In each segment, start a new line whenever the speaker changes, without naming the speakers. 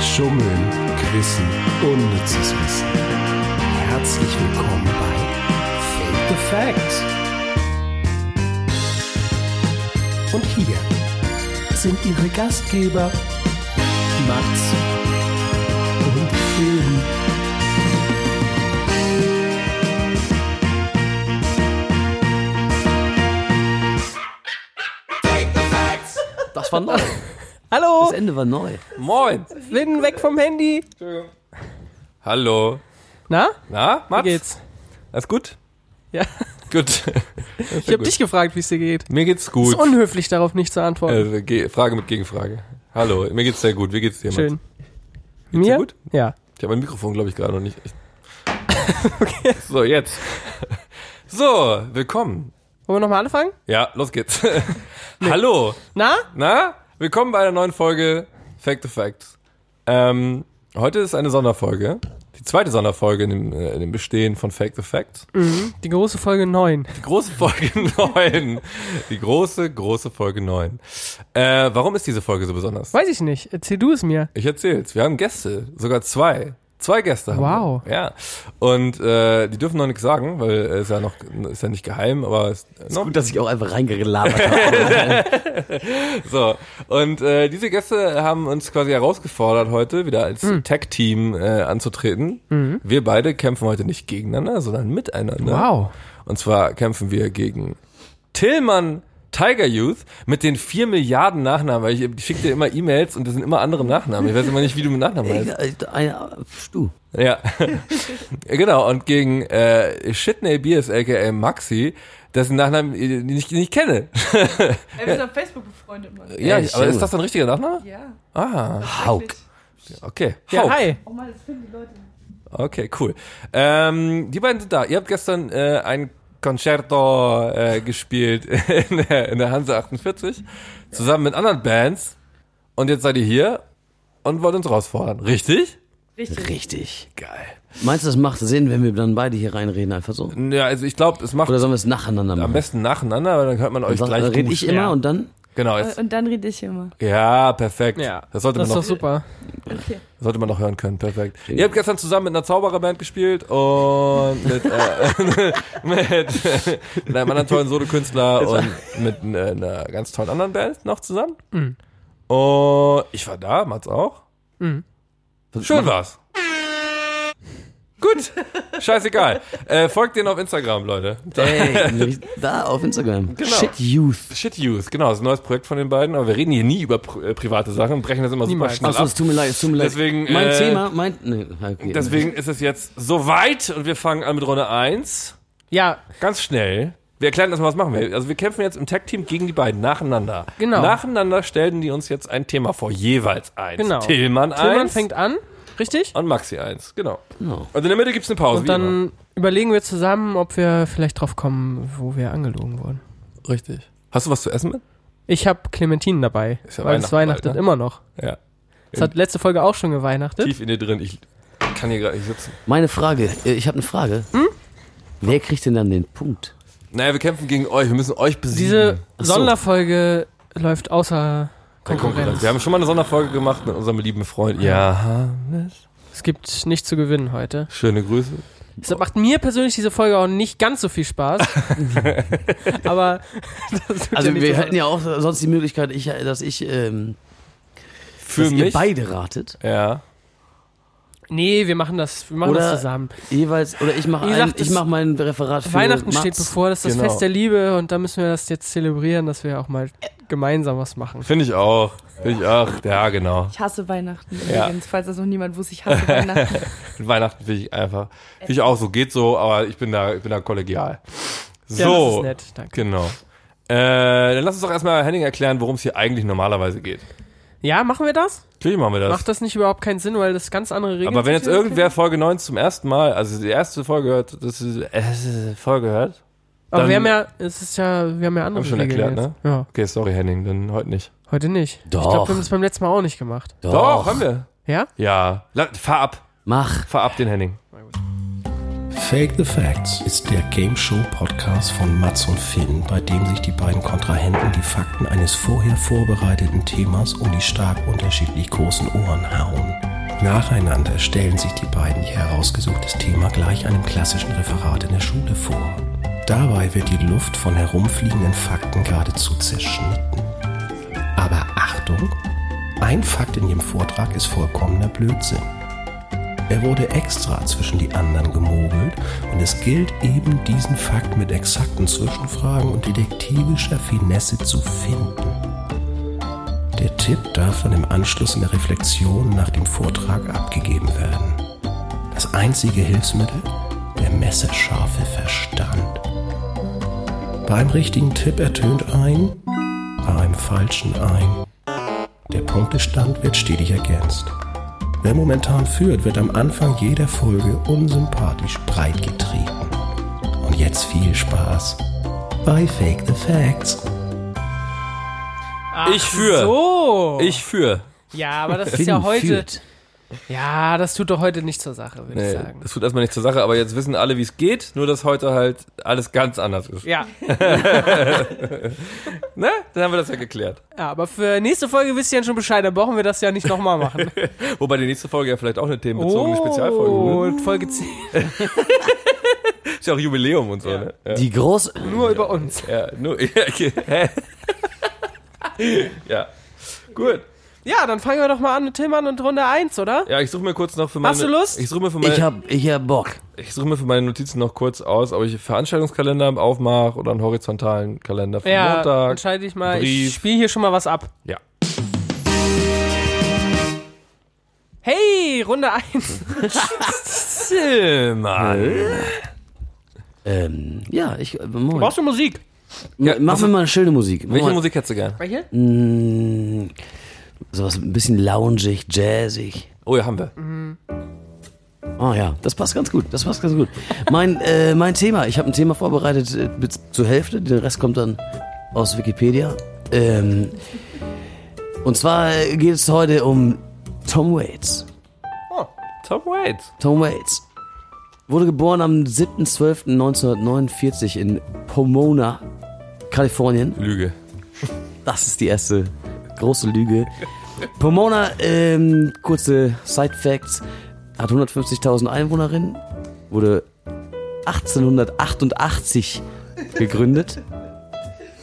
Schummeln, Quissen, unnützes Wissen. Herzlich willkommen bei Fake the Facts. Und hier sind Ihre Gastgeber Mats und Film.
Das war neu.
Hallo,
Das Ende war neu.
moin. Finn, weg vom Handy.
Hallo.
Na,
Na,
wie
Mats?
geht's?
Alles gut?
Ja,
Gut.
ich habe dich gefragt, wie es dir geht.
Mir geht's
Ist
gut.
unhöflich, darauf nicht zu antworten.
Äh, Ge- Frage mit Gegenfrage. Hallo, mir geht's sehr gut. Wie geht's dir, Mats?
Schön.
Geht's dir
Mir?
gut?
Ja.
Ich habe mein Mikrofon, glaube ich, gerade noch nicht. Ich So, jetzt. So, willkommen.
Wollen wir nochmal anfangen?
Ja, los geht's. Hallo.
Na?
Na, willkommen bei einer neuen Folge Fact to Facts. Ähm, heute ist eine Sonderfolge. Die zweite Sonderfolge in dem, äh, in dem Bestehen von Fact to Facts.
Die große Folge 9.
Die große Folge 9. Die große, große Folge 9. Äh, warum ist diese Folge so besonders?
Weiß ich nicht. Erzähl du es mir.
Ich erzähl's. Wir haben Gäste. Sogar zwei. Zwei Gäste haben
Wow.
wir. Ja. Und äh, die dürfen noch nichts sagen, weil es ja noch ist ja nicht geheim, aber es, ne? noch,
Gut, dass ich auch einfach reingelabert habe.
so. Und äh, diese Gäste haben uns quasi herausgefordert, heute wieder als
Hm.
Tag-Team äh, anzutreten. Wir beide kämpfen heute nicht gegeneinander, sondern miteinander.
Mhm. Wow.
Und zwar kämpfen wir gegen Tillmann Tiger Youth mit den vier Milliarden Nachnamen, weil ich, ich schicke dir immer E-Mails und das sind immer andere Nachnamen. Ich weiß immer nicht, wie du mit Nachnamen heißt.
Ein, äh, du.
Ja. genau, und gegen äh, Shitney Beers, aka Maxi, dessen Nachnamen äh, ich nicht, nicht kenne.
Ey, wir sind auf Facebook befreundet, Mann.
Ja,
Ey,
aber
Junge.
ist das dein richtiger Nachname?
Ja.
Ah,
Hauk.
okay.
Ja,
Hauk.
hi.
Oh Mann, das finden die Leute. nicht.
Okay, cool. Ähm, die beiden sind da. Ihr habt gestern äh, ein Concerto äh, gespielt in der, in der Hanse 48 zusammen mit anderen Bands und jetzt seid ihr hier und wollt uns herausfordern. Richtig?
Richtig.
Richtig.
Geil.
Meinst du, das macht Sinn, wenn wir dann beide hier reinreden, einfach so?
Ja, also ich glaube, es macht
Oder sollen wir es nacheinander
am
machen?
besten nacheinander, weil dann hört man euch
Dann
gleich
rede
gut.
ich immer
Ja.
und dann?
Genau.
Und-
Jetzt,
Äh, Und dann rede ich immer.
ja, perfekt.
Äh, Ja.
Das sollte
Das
man
ist doch
noch
super.
Okay.
Sollte man noch hören können, perfekt. Ihr habt gestern zusammen mit einer Zaubererband gespielt und mit, äh, mit, äh, mit einem anderen tollen Solo-Künstler und mit äh, einer ganz tollen anderen Band noch zusammen. Und ich war da, Mats auch. Mhm. Schön war's. Gut, scheißegal. Äh, folgt denen auf Instagram, Leute.
Ey, da auf Instagram.
Genau.
Shit Youth.
Shit Youth, genau, ist ein neues Projekt von den beiden, aber wir reden hier nie über pri- äh, private Sachen und brechen das immer super
Niemals.
schnell
Achso,
ab.
es tut mir leid, es tut mir leid.
Deswegen,
mein
äh,
Thema, mein. Nee, okay.
Deswegen ist es jetzt soweit und wir fangen an mit Runde 1.
Ja,
Ganz schnell. Wir erklären erstmal, was machen wir. Also wir kämpfen jetzt im Tag-Team gegen die beiden nacheinander.
Genau.
Nacheinander stellen die uns jetzt ein Thema vor, jeweils eins.
Genau.
Tillmann eins.
Tillmann fängt an. Richtig?
und Maxi eins, genau.
Genau.
Und in der Mitte gibt's eine Pause. Genau.
Und
wie
dann überlegen wir zusammen, ob wir vielleicht drauf kommen, wo wir angelogen wurden.
immer. Richtig. Hast du was zu essen mit?
Ich habe Clementinen dabei,
Ist ja
weil es
Weihnachten
weihnachtet
bald, ne?
immer noch.
Ja.
Es hat letzte Folge auch schon geweihnachtet.
Tief in dir drin. Ich kann hier gerade nicht sitzen.
Meine Frage, äh, ich habe eine Frage.
Hm?
Wer kriegt denn dann den Punkt?
Naja, wir kämpfen gegen euch. Wir müssen euch besiegen.
Diese
Ach so.
Sonderfolge läuft außer Konkurrenz.
Konkurrenz. Wir haben schon mal eine Sonderfolge gemacht mit unserem lieben Freund. Ja.
Es gibt nichts zu gewinnen heute.
Schöne Grüße.
Deshalb macht mir persönlich diese Folge auch nicht ganz so viel Spaß. Aber das tut ja
Also
nicht
wir
so-
hätten ja auch sonst die Möglichkeit, ich, äh, dass ich, ähm,
Für
dass ihr
mich.
beide ratet.
ja.
Nee, wir machen das, wir machen
Oder-
das zusammen.
Jeweils, oder ich mache
Wie
ein,
gesagt,
ich
es-
mach mein Referat für
Weihnachten
Mats.
steht bevor, das ist
Genau.
das Fest der Liebe und da müssen wir das jetzt zelebrieren, dass wir auch mal gemeinsam was machen.
Finde ich auch. Finde ich auch. Ja, genau.
Ich hasse Weihnachten
Ja.
übrigens, falls das noch niemand wusste, ich hasse Weihnachten.
Mit Weihnachten finde ich einfach, finde ich auch so, geht so, aber ich bin da, ich bin da kollegial. So.
Äh. Ja, das ist nett, danke.
Genau. Äh, dann lass uns doch erstmal Henning erklären, worum es hier eigentlich normalerweise geht.
Ja, machen wir das?
Natürlich machen wir das.
Macht das nicht überhaupt keinen Sinn, weil das ganz andere Regeln
aber wenn jetzt
sind?
irgendwer Folge 9 zum ersten Mal, also die erste Folge hört, das ist, äh, Folge hört.
Aber wir
dann-
haben ja, es ist ja, wir haben ja andere
Haben schon
Regeln
erklärt, ne?
jetzt. Ja,
Okay, sorry Henning, dann heute nicht.
heute nicht. Ich
Doch.
glaube, wir haben es beim letzten Mal auch nicht gemacht.
Doch,
Doch, haben wir.
Ja?
Ja. La- Fahr ab.
Mach.
Fahr ab den Henning.
Fake the Facts ist der Game Show Podcast von Mats und Finn, bei dem sich die beiden Kontrahenten die Fakten eines vorher vorbereiteten Themas um die stark unterschiedlich großen Ohren hauen. Nacheinander stellen sich die beiden ihr herausgesuchtes Thema gleich einem klassischen Referat in der Schule vor. Dabei wird die Luft von herumfliegenden Fakten geradezu zerschnitten. Aber Achtung, ein Fakt in ihrem Vortrag ist vollkommener Blödsinn. Er wurde extra zwischen die anderen gemogelt und es gilt eben diesen Fakt mit exakten Zwischenfragen und detektivischer Finesse zu finden. Der Tipp darf dann im Anschluss in der Reflexion nach dem Vortrag abgegeben werden. Das einzige Hilfsmittel? Der messerscharfe Verstand. Bei einem richtigen Tipp ertönt ein, bei einem falschen ein. Der Punktestand wird stetig ergänzt. Wer momentan führt, wird am Anfang jeder Folge unsympathisch breitgetreten. Und jetzt viel Spaß bei Fake the Facts.
Ach
Ich für.
So.
Ich für.
Ja, aber das ist
Finn
ja heute.
führt.
Ja, das tut doch heute nicht zur Sache, würde ich
Nee,
sagen.
das tut erstmal nicht zur Sache, aber jetzt wissen alle, wie es geht, nur dass heute halt alles ganz anders ist.
Ja.
Ne? Dann haben wir das ja geklärt.
ja, aber für nächste Folge wisst ihr dann schon Bescheid, dann brauchen wir das ja nicht nochmal machen.
Wobei die nächste Folge ja vielleicht auch eine themenbezogene
ne?
Spezialfolge wird.
Oh, Folge 10.
Ist ja auch Jubiläum und so, ne? Ja.
Die groß.
Nur über uns.
Ja, nur, ja, okay. Hä? ja. Gut.
Ja, dann fangen wir doch mal an mit Tillmann und Runde 1, oder?
Ja, ich suche mir kurz noch für meine.
Hast du Lust?
Ich suche mir für meine,
Ich
ich
hab, ich hab Bock.
suche mir für meine Notizen noch kurz aus, ob ich einen Veranstaltungskalender aufmache oder einen horizontalen Kalender für Montag.
entscheide ich mal.
Brief.
Ich spiele hier schon mal was ab.
Ja.
Hey, Runde
Hm.
1.
Zimmer.
Ähm, ja, ich. äh, Moin.
Brauchst du Musik?
Ja,
Mach
was-
mir mal eine schöne Musik. Mach
Welche
mal-
Musik hättest du gern?
Welche?
Mm, sowas ein bisschen loungig, jazzig.
Oh, ja, haben wir.
Mhm.
Ah ja, das passt ganz gut. Das passt ganz gut. Mein, äh, mein Thema, ich habe ein Thema vorbereitet äh, bis zur Hälfte, den Rest kommt dann aus Wikipedia. Ähm, und zwar geht es heute um Tom Waits.
Oh, Tom Waits.
Tom Waits wurde geboren am 7.12.1949 in Pomona, Kalifornien.
Lüge.
Das ist die erste große Lüge. Pomona, ähm, kurze Side Facts, hat 150.000 Einwohnerinnen, wurde 1888 gegründet.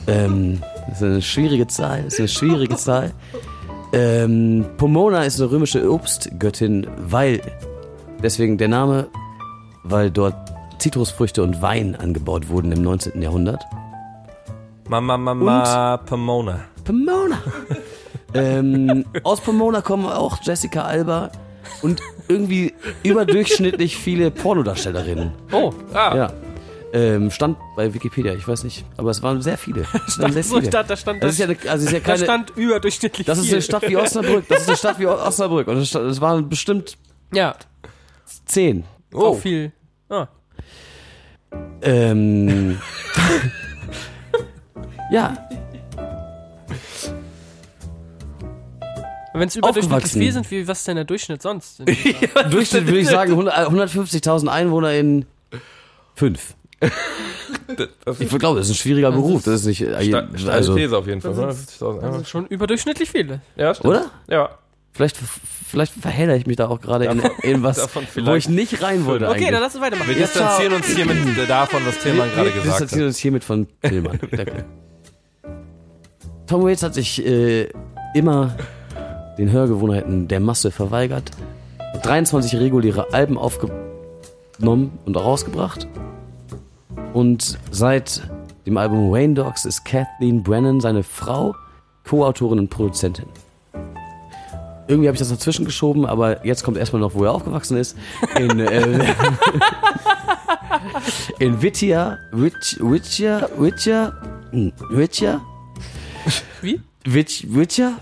Ähm, das ist eine schwierige Zahl, das ist eine schwierige Zahl. Ähm, Pomona ist eine römische Obstgöttin, weil, deswegen der Name, weil dort Zitrusfrüchte und Wein angebaut wurden im 19. Jahrhundert.
Mama, Mama, Pomona.
Pomona. ähm, aus Pomona kommen auch Jessica Alba und irgendwie überdurchschnittlich viele Pornodarstellerinnen.
Oh, ah.
Ja. Ähm, stand bei Wikipedia, ich weiß nicht, aber es waren sehr viele. Es waren sehr
so, ich dachte, da stand
das ist ja eine, also es ist ja
Da
keine,
stand überdurchschnittlich
das ist
viel.
eine Stadt wie Osnabrück, das ist eine Stadt wie O- Osnabrück und es sta- es waren bestimmt
Ja,
zehn.
oh.
Oh.
auch viel. Ah.
Ähm, ja,
Wenn es überdurchschnittlich
Aufgewachsen.
viel sind, wie was ist denn der Durchschnitt sonst?
Durchschnitt würde ich sagen 100 150.000 Einwohner in fünf.
das-
ich glaube, das ist ein schwieriger Beruf. Das ist nicht äh,
Sta-
je-
Steile
also,
These auf jeden Fall. 150.000
Also
Euro.
schon überdurchschnittlich viele.
Ja, stimmt.
oder?
Ja.
Vielleicht vielleicht verhedder ich mich da auch gerade in, in was,
davon
wo ich
vielleicht.
nicht rein wollte
Okay, dann
eigentlich.
lass uns weitermachen.
Wir distanzieren uns hier mit äh, davon, was Tillmann gerade
wir
gesagt hat.
distanzieren uns hiermit von Tillmann. Danke. Tom Waits hat sich äh, immer den Hörgewohnheiten der Masse verweigert, 23 reguläre Alben aufgenommen und auch rausgebracht. Und seit dem Album Wayne Dogs ist Kathleen Brennan seine Frau, Co-Autorin und Produzentin. Irgendwie habe ich das dazwischen geschoben, aber jetzt kommt erstmal noch, wo er aufgewachsen ist. In, äh, in Wittia, Witch, Witcher, Witcher, hm, Witcher,
Wie?
Witch, Witcher.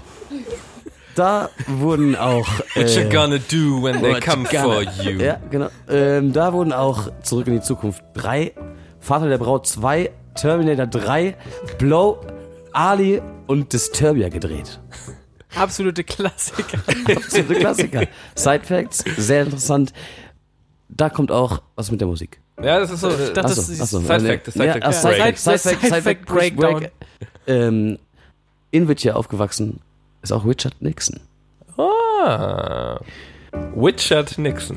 Da wurden auch.
What you
äh,
gonna do when they
What
come
you
for
gonna-
you?
Ja, genau. Ähm, da wurden auch Zurück in die Zukunft 3, Vater der Braut 2, Terminator 3, Blow, Ali und Disturbia gedreht.
Absolute Klassiker.
Absolute Klassiker. Side Facts, sehr interessant. Da kommt auch was mit der Musik.
Ja, das ist so.
Ich dachte,
Achso,
das ist
achso.
Side Fact, Side
Ja,
Fact,
ah, Side Fact,
Break.
Side Fact, Side Fact,
Breakdown.
Break. Ähm, in Witcher aufgewachsen ist auch Richard Nixon.
Ah. Richard Nixon.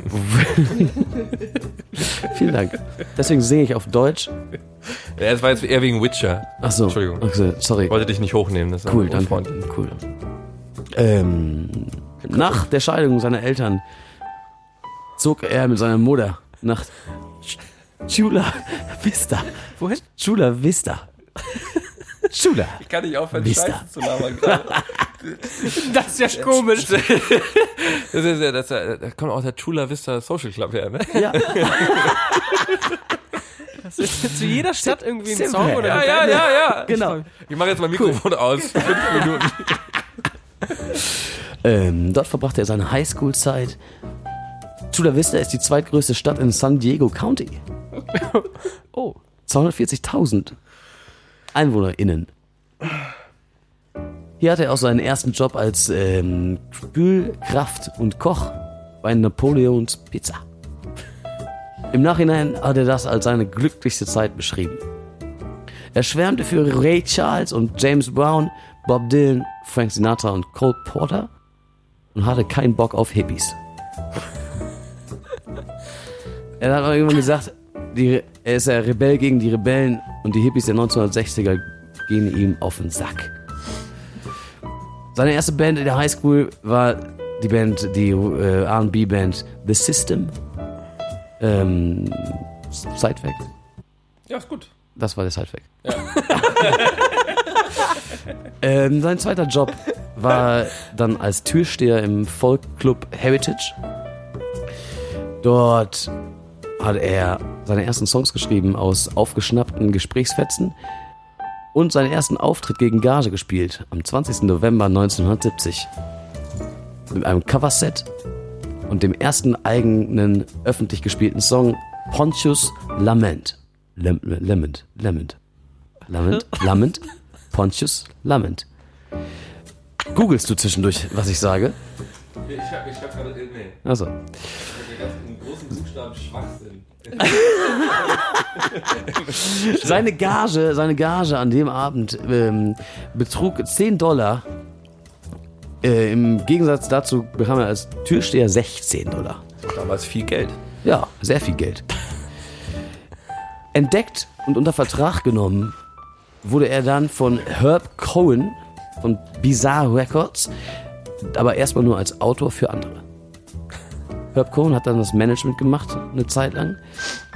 Vielen Dank. Deswegen singe ich auf Deutsch.
Ja, es war jetzt eher wegen Witcher.
Achso.
Entschuldigung.
Okay, sorry.
Ich wollte dich nicht hochnehmen, das ist
Cool, danke.
unfreundlich.
Cool. Ähm, nach der Scheidung seiner Eltern zog er mit seiner Mutter nach Ch- Chula Vista. Wohin? Chula Vista. Chula.
Ich kann nicht aufhören,
Mister.
Scheiße zu labern. gerade.
Das ist ja komisch.
Das ist ja, das ist ja, da kommt auch der Chula Vista Social Club her, ne?
Ja,
Das ist zu jeder Stadt irgendwie ein
Simple.
Song oder
Ja,
eine
ja,
Band.
ja, ja.
genau.
Ich mache jetzt mein Mikrofon aus. Fünf Minuten.
Ähm, dort verbrachte er seine Highschool-Zeit. Chula Vista ist die zweitgrößte Stadt in San Diego County.
Oh.
240.000 EinwohnerInnen. Hier hatte er auch seinen ersten Job als ähm, Spülkraft und Koch bei Napoleons Pizza. Im Nachhinein hat er das als seine glücklichste Zeit beschrieben. Er schwärmte für Ray Charles und James Brown, Bob Dylan, Frank Sinatra und Cole Porter und hatte keinen Bock auf Hippies. Er hat auch irgendwann gesagt, die, er ist ja Rebell gegen die Rebellen und die Hippies der 1960er gehen ihm auf den Sack. Seine erste Band in der Highschool war die Band, die äh, R&B-Band The System. Ähm, Sidefact.
Ja, ist gut.
Das war der Sidefact. ähm, sein zweiter Job war dann als Türsteher im Folkclub Heritage. Dort hat er seine ersten Songs geschrieben aus aufgeschnappten Gesprächsfetzen und seinen ersten Auftritt gegen Gage gespielt am 20. November 1970 mit einem Coverset und dem ersten eigenen öffentlich gespielten Song Pontius Lament. Lem Lament, Lament. Lament, Lament, Pontius Lament. Googlest du zwischendurch, was ich sage?
Ich hab, ich hab gerade, nee,
Also,
ich hab einen großen Buchstaben Schwachsinn.
seine Gage, seine Gage an dem Abend ähm, betrug 10 Dollar. Äh, Im Gegensatz dazu bekam er als Türsteher 16 Dollar.
Damals viel Geld.
Ja, sehr viel Geld. Entdeckt und unter Vertrag genommen wurde er dann von Herb Cohen von Bizarre Records, aber erstmal nur als Autor für andere. Herb Cohen hat dann das Management gemacht, eine Zeit lang,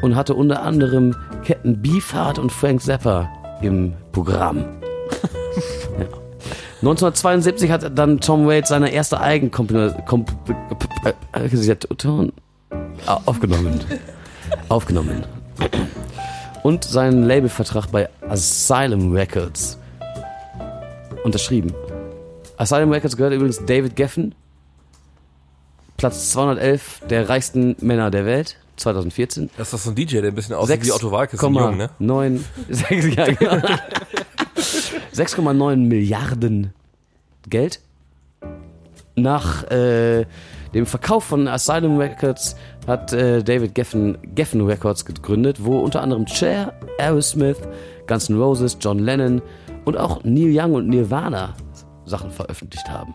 und hatte unter anderem Captain Beefheart und Frank Zappa im Programm. ja. 1972 hat dann Tom Waits seine erste Eigenkomponation. Ah, Aufgenommen. Aufgenommen. Und seinen Labelvertrag bei Asylum Records unterschrieben. Asylum Records gehört übrigens David Geffen, Platz 211 der reichsten Männer der Welt, 2014.
Das ist doch so ein DJ, der ein bisschen aussieht wie Otto Walkes in Jung, ne?
6,9 sechs- ja, genau. 6,9 Milliarden Geld. Nach äh, dem Verkauf von Asylum Records hat äh, David Geffen Geffen Records gegründet, wo unter anderem Cher, Aerosmith, Guns N' Roses, John Lennon und auch Neil Young und Nirvana Sachen veröffentlicht haben.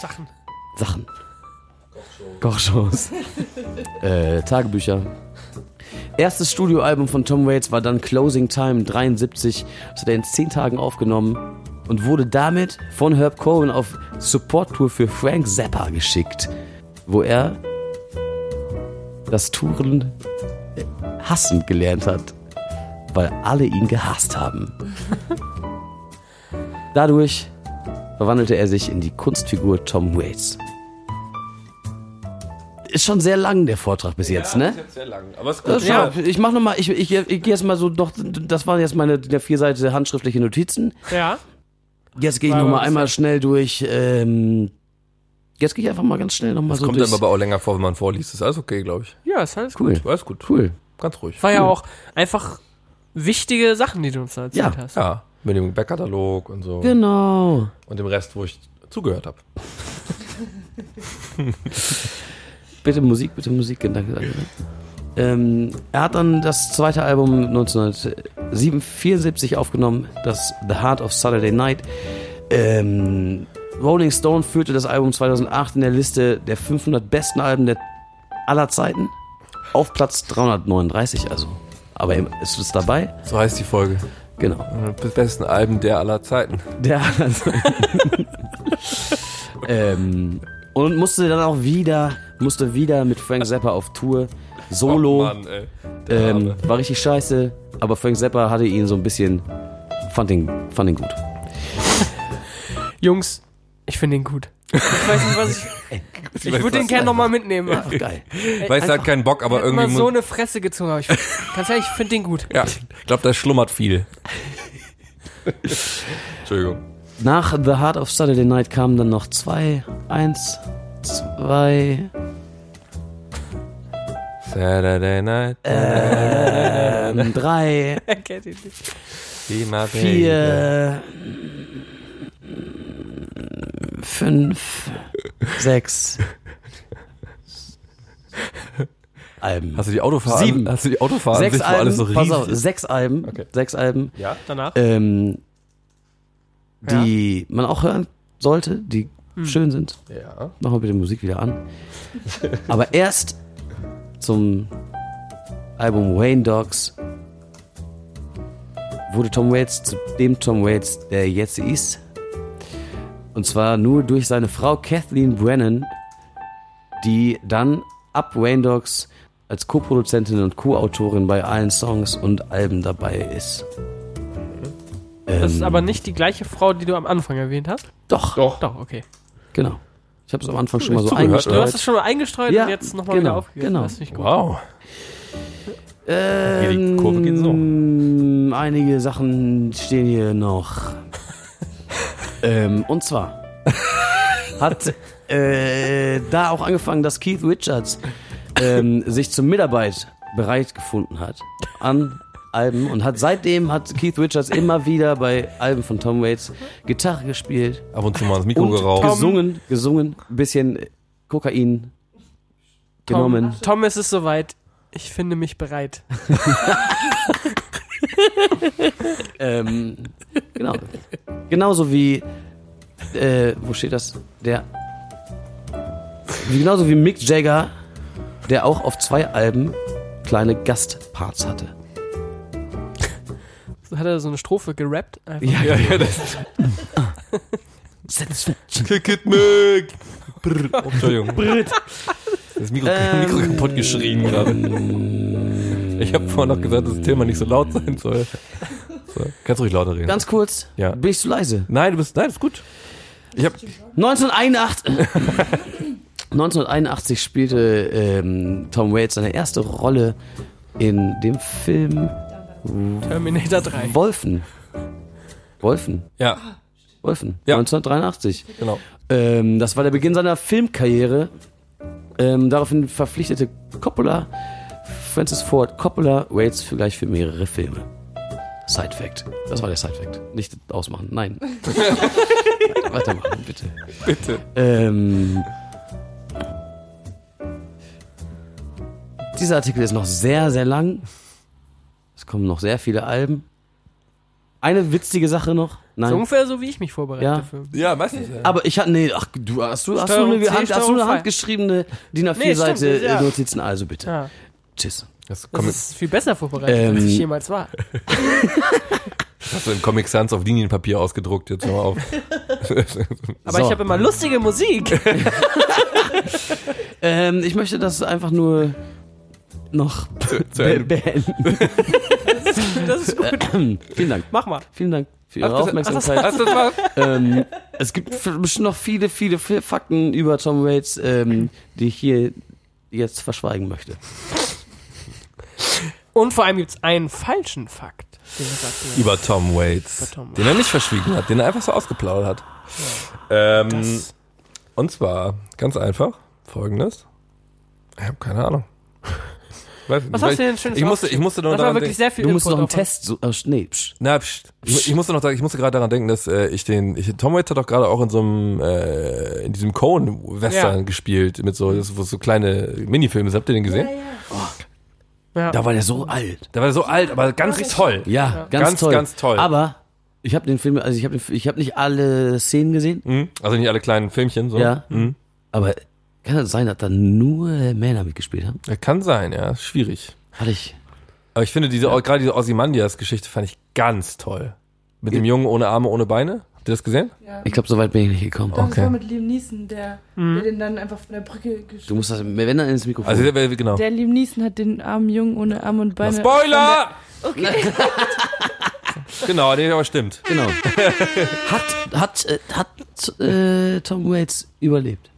Sachen.
Sachen. Kochshows. äh, Tagebücher. Erstes Studioalbum von Tom Waits war dann Closing Time 73. Das hat er in zehn Tagen aufgenommen und wurde damit von Herb Cohen auf Support-Tour für Frank Zappa geschickt, wo er das Touren äh, hassen gelernt hat, weil alle ihn gehasst haben. Dadurch verwandelte er sich in die Kunstfigur Tom Waits. Ist schon sehr lang der Vortrag bis jetzt, ne?
jetzt sehr lang, aber ist
Ja,
gut.
schau, Ich mach nochmal, ich, ich, ich gehe jetzt mal so, doch, das waren jetzt meine der vier Seiten handschriftliche Notizen.
Ja.
Jetzt gehe ich
War aber
nochmal
was-
einmal schnell durch. Ähm, jetzt gehe ich einfach mal ganz schnell nochmal
Das
so
kommt
durch.
dann aber auch länger vor, wenn man vorliest. Ist alles okay, glaube ich.
Ja, ist alles
cool.
gut.
Alles gut.
Cool.
Ganz ruhig.
War ja auch einfach wichtige Sachen, die du uns da erzählt
Ja.
hast.
Ja, mit dem Backkatalog und so.
Genau.
Und dem Rest, wo ich zugehört habe.
Bitte Musik, bitte Musik, danke, danke. Ähm, er hat dann das zweite Album 1974 aufgenommen, das The Heart of Saturday Night. Ähm, Rolling Stone führte das Album 2008 in der Liste der 500 besten Alben der aller Zeiten auf Platz 339, also. Aber eben, ist es dabei?
So heißt die Folge.
Genau.
Die besten Alben der aller Zeiten.
Der aller Zeiten. ähm, und musste dann auch wieder, musste wieder mit Frank Zappa auf Tour. Solo.
Oh Mann, ey. Der
Ähm,
Arme.
war richtig scheiße, aber Frank Zappa hatte ihn so ein bisschen, fand ihn, fand ihn gut.
Jungs, ich finde ihn gut. Ich weiß nicht, was ich. Ich würde den gerne nochmal mitnehmen. Einfach.
Geil.
Weiß, der hat keinen Bock, aber
Er hat
irgendwie
mal
muss.
so eine Fresse gezogen, aber ich ganz ehrlich, ich finde den gut.
ja, ich glaube, da schlummert viel. Entschuldigung.
Nach The Heart of Saturday Night kamen dann noch zwei, eins, zwei,
Saturday night.
Äh, ähm, drei,
Er kennt ihn nicht.
be my baby.
vier, fünf, sechs Alben.
Hast du die Autofahrt?
Sieben.
Hast du die Autofahrt?
sechs Alben,
alles so riesig.
pass auf, sechs Alben,
Okay.
sechs Alben.
Ja.
Danach.
ähm,
Ja. Hm.
die man auch hören sollte, die schön sind.
Ja.
Machen wir bitte Musik wieder an. Aber erst zum Album Wayne Dogs wurde Tom Waits zu dem Tom Waits, der jetzt ist. Und zwar nur durch seine Frau Kathleen Brennan, die dann ab Wayne Dogs als Co-Produzentin und Co-Autorin bei allen Songs und Alben dabei ist.
Das ist
Ähm,
aber nicht die gleiche Frau, die du am Anfang erwähnt hast.
Doch,
Doch, okay.
genau. Ich habe es am Anfang schon mal so
zugehört,
eingestreut.
Du hast es schon mal eingestreut
Ja,
und jetzt nochmal
genau,
wieder aufgegriffen.
genau.
Das finde ich gut.
Wow.
Ähm,
die Kurve geht so.
Einige Sachen stehen hier noch. ähm, und zwar hat äh, da auch angefangen, dass Keith Richards ähm, sich zur Mitarbeit bereit gefunden hat an Alben und hat seitdem hat Keith Richards immer wieder bei Alben von Tom Waits Gitarre gespielt
Ab und zu mal ins Mikro
und
geraucht.
gesungen, gesungen, ein bisschen Kokain genommen.
Tom, es ist soweit. Ich finde mich bereit.
Ähm, genau. Genauso wie, äh, wo steht das? Der. wie- Genauso wie Mick Jagger, der auch auf zwei Alben kleine Gastparts hatte.
Hat er so eine Strophe gerappt? Einfach.
Ja, ja, das.
Satisfaction.
Kick it, Mick. Brr. Oh, Entschuldigung. Das Mikro, Mikro
Ähm.
kaputt geschrien gerade. Ich habe vorhin noch gesagt, dass das Thema nicht so laut sein soll. So. Kannst ruhig lauter reden.
Ganz kurz,
Ja.
bin ich zu leise.
nein, du bist, nein, ist gut. Ich hab,
1981, 1981 spielte ähm, Tom Waits seine erste Rolle in dem Film
Terminator 3.
Wolfen. Wolfen.
Ah,
ja,
Wolfen.
Ja.
1983.
genau.
Ähm, das war der Beginn seiner Filmkarriere. Ähm, daraufhin verpflichtete Coppola, Francis Ford Coppola, Waits für gleich für mehrere Filme. Side Fact. Das war der Side Fact. Nicht ausmachen. Nein. Weitermachen, bitte.
Bitte.
Ähm, dieser Artikel ist noch sehr, sehr lang. Es kommen noch sehr viele Alben. Eine witzige Sache noch.
So
Nein.
ungefähr so, wie ich mich vorbereite
Ja.
für.
Ja, meistens. Ja.
Aber ich hatte, nee, ach, du hast du, hast du
Steuerung
eine,
C,
Hand, hast du eine
Steuerung V.
handgeschriebene DIN A4
Nee, stimmt,
Seite äh,
ja.
Notizen, also bitte.
Ja,
Tschüss.
Das,
das
Comic,
ist viel besser vorbereitet, als ich
Ähm.
jemals war.
hast du in Comic Sans auf Linienpapier ausgedruckt. Jetzt hör mal auf.
Aber
So.
ich habe immer lustige Musik.
Ähm, ich möchte das einfach nur noch
zu
be
Ende.
beenden.
Das ist gut.
Vielen Dank.
Mach mal.
Vielen Dank für Ihre Aufmerksamkeit.
Hast du das mal?
ähm, es gibt f- bestimmt noch viele, viele, viele Fakten über Tom Waits, ähm, die ich hier jetzt verschweigen möchte.
Und vor allem gibt's einen falschen Fakt. Den er sagt, ja.
Über Tom Waits.
Über Tom Waits.
Den er nicht verschwiegen hat, den er einfach so ausgeplaudert hat. Ähm,
Das-
und zwar, ganz einfach, folgendes. Ich habe keine Ahnung. Weiß nicht,
Was
weil
hast du denn
ich-
Schönes
Ich musste, ich
rausgeschrieben?
musste nur
Das war
daran
wirklich sehr
denken.
viel
Du musst noch einen
Input
Test so, äh, nee, psch.
Na, pst, ich, ich musste noch, ich musste gerade daran denken, dass äh, ich den, ich, Tom Waits hat doch gerade auch in so einem, äh, in diesem Cone Western
Ja.
gespielt mit so, das, wo so kleine Minifilme. Habt ihr den gesehen?
Ja.
Da war der so alt.
Da war er so alt, aber ganz toll.
Ja, ganz,
Ganz,
toll.
ganz toll.
Aber Ich habe den Film, also ich habe ich habe nicht alle Szenen gesehen,
Mhm. Also nicht alle kleinen Filmchen so.
Ja.
Mhm.
aber kann das sein, dass da nur Männer mitgespielt haben?
Ja, Kann sein, ja. Schwierig.
Hatte ich.
Aber ich finde diese, gerade diese Ozymandias-Geschichte fand ich ganz toll. Mit dem Jungen ohne Arme, ohne Beine. Habt ihr das gesehen?
Ja.
Ich glaube, so weit bin ich nicht gekommen.
Das
Okay.
war mit Liam Neeson, der, der den dann einfach von der Brücke
Du
geschmissen
musst das, wenn dann ins Mikrofon.
Also, der- genau.
Der Liam Neeson hat den armen Jungen ohne Arm und Beine.
Spoiler! Okay. genau, nee, aber stimmt.
genau. hat hat äh, hat äh, Tom Waits überlebt?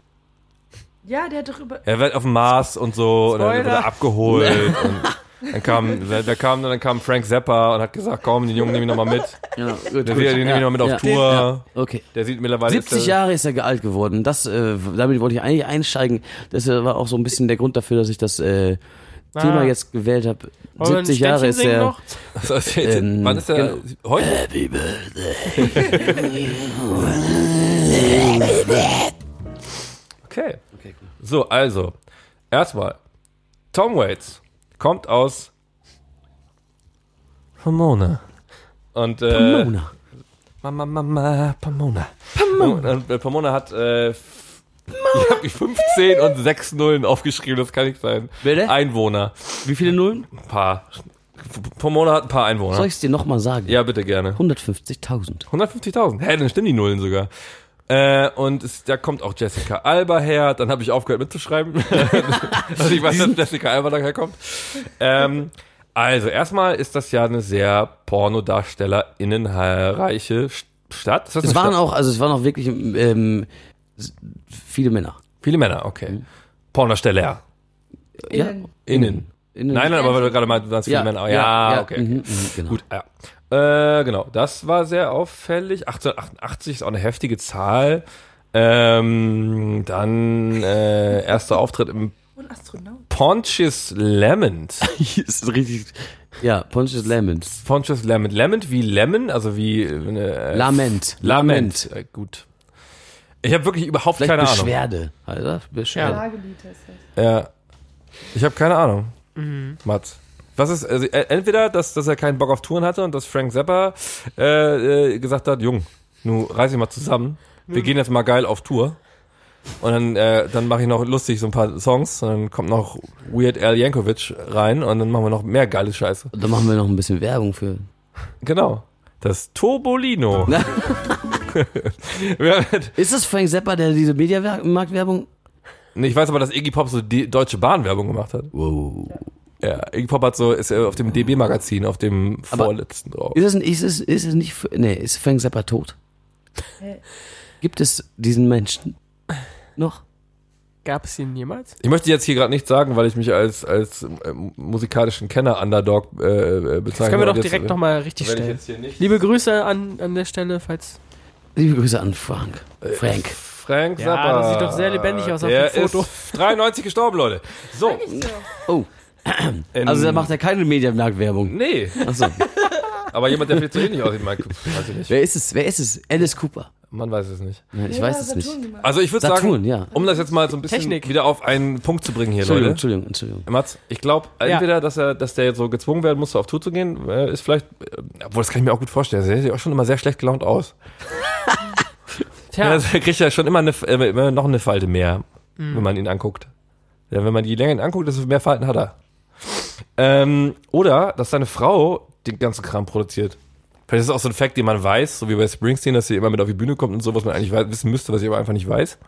Ja, der hat doch über.
Er wird auf dem Mars und so und dann wird er
Spoiler.
abgeholt und dann kam, da da kam, dann kam Frank Zappa und hat gesagt, komm, den Jungen nehme ich nochmal mit.
Ja, gut,
Den, den nehme ich noch mit auf
ja.
Tour. äh,
Okay.
Der sieht mittlerweile.
70
ist er-
Jahre ist er alt geworden. Das, äh, damit wollte ich eigentlich einsteigen. Das äh, war auch so ein bisschen der Grund dafür, dass ich das äh,
Ah.
Thema jetzt gewählt habe.
Wollen wir ein
70 Jahre ist
Ständchen Ah. singen
er.
Noch?
Also, jetzt-
Ähm,
wann ist er? Heute? Okay. So, also. Erstmal. Tom Waits kommt aus Pomona. Und äh,
Pomona.
Mama, Mama, Pomona. Pomona. Und äh, Pomona hat äh, f- ich habe die 15 und 6 Nullen aufgeschrieben, das kann nicht sein.
Bitte?
Einwohner.
Wie viele Nullen?
Ein paar. Pomona hat ein paar Einwohner.
Soll ich es dir nochmal sagen?
Ja, bitte gerne.
150.000.
150.000. Hä, dann stimmen die Nullen sogar. Äh, und es, da kommt auch Jessica Alba her. Dann habe ich aufgehört mitzuschreiben. also ich weiß, dass Jessica Alba daher kommt. Ähm, also erstmal ist das ja eine sehr pornodarstellerinnenreiche St- Stadt. Ist das
Es
eine
waren
Stadt?
auch, also es waren auch wirklich ähm, s- viele Männer.
viele Männer, okay. Pornodarsteller.
Ja.
Innen.
Mhm.
Innen.
In-
Nein, nein, aber weil du gerade meinst, du meinst viele Männer. Ja, okay. okay.
mhm, mhm, genau.
Gut, ja. Äh, genau, das war sehr auffällig. 1888 ist auch eine heftige Zahl. Ähm, dann äh, erster Auftritt im
Und Astronaut.
Pontius Lemont.
Hier ist richtig. Ja, Pontius Lament.
Pontius Lemont. Lemont wie Lemon, also wie äh, eine, äh,
Lament.
Lament. Äh, gut. Ich habe wirklich überhaupt
Vielleicht
keine
Beschwerde. Also, Beschwerde.
Klagelied heißt das.
Ahnung. Ja. Ich habe keine Ahnung. Mats. Was ist, also äh, entweder, dass, dass er keinen Bock auf Touren hatte und dass Frank Zappa äh, äh, gesagt hat, Jung, nu reiß dich mal zusammen. Wir gehen jetzt mal geil auf Tour. Und dann, äh, dann mache ich noch lustig so ein paar Songs. Und dann kommt noch Weird Al Yankovic rein und dann machen wir noch mehr geile Scheiße.
Und Dann machen wir noch ein bisschen Werbung für.
Genau. Das Turbolino. Wir haben-
Ist das Frank Zappa, der diese Mediamarktwerbung?
Nee, ich weiß aber, dass Iggy Pop so die deutsche Bahnwerbung gemacht hat.
Wow.
Ja, Iggy Pop hat so, ist äh, auf dem DB-Magazin, auf dem
Aber-
vorletzten drauf.
Ist es, ist es, ist es nicht. Nee, ist Frank Zappa tot? Gibt es diesen Menschen noch?
Gab es ihn jemals?
Ich möchte jetzt hier gerade nichts sagen, weil ich mich als, als äh, musikalischen Kenner Underdog äh, äh, bezeichne.
Das können wir
Und
doch
jetzt,
direkt
äh,
nochmal richtig
Wenn ich
stellen.
jetzt hier nicht.
Liebe Grüße an, an der Stelle, falls.
Liebe Grüße an Frank.
Äh,
Frank.
Frank
Ja,
Zappa.
das sieht doch sehr lebendig aus auf
der
dem Foto.
Ist 93 gestorben, Leute. So.
Oh.
in-
Also, da macht er keine Mediamarktwerbung.
Nee,
Achso.
aber jemand, der viel zu ähnlich aussieht, Mike, weiß ich nicht.
Wer ist es? Wer ist es? Alice Cooper.
Man weiß es nicht.
Ja, Ich
Ja,
weiß es
Saturn
nicht.
gemacht.
Also ich würde
Saturn,
sagen,
ja.
um das jetzt mal so ein bisschen
Technik.
wieder auf einen Punkt zu bringen hier,
Entschuldigung,
Leute.
Entschuldigung, Entschuldigung.
Mats, ich glaube,
Ja.
entweder, dass er, dass der jetzt so gezwungen werden musste, auf Tour zu gehen, äh, ist vielleicht, äh, obwohl das kann ich mir auch gut vorstellen, der sieht auch schon immer sehr schlecht gelaunt aus. Ja.
Tja,
also, er kriegt ja schon immer, eine, F- äh, immer noch eine Falte mehr, wenn man ihn anguckt. Ja, wenn man die länger ihn anguckt, desto mehr Falten hat er. Ähm, oder, dass seine Frau den ganzen Kram produziert. Vielleicht ist das auch so ein Fact, den man weiß, so wie bei Springsteen, dass sie immer mit auf die Bühne kommt und so, was man eigentlich wei- wissen müsste, was ich aber einfach nicht weiß.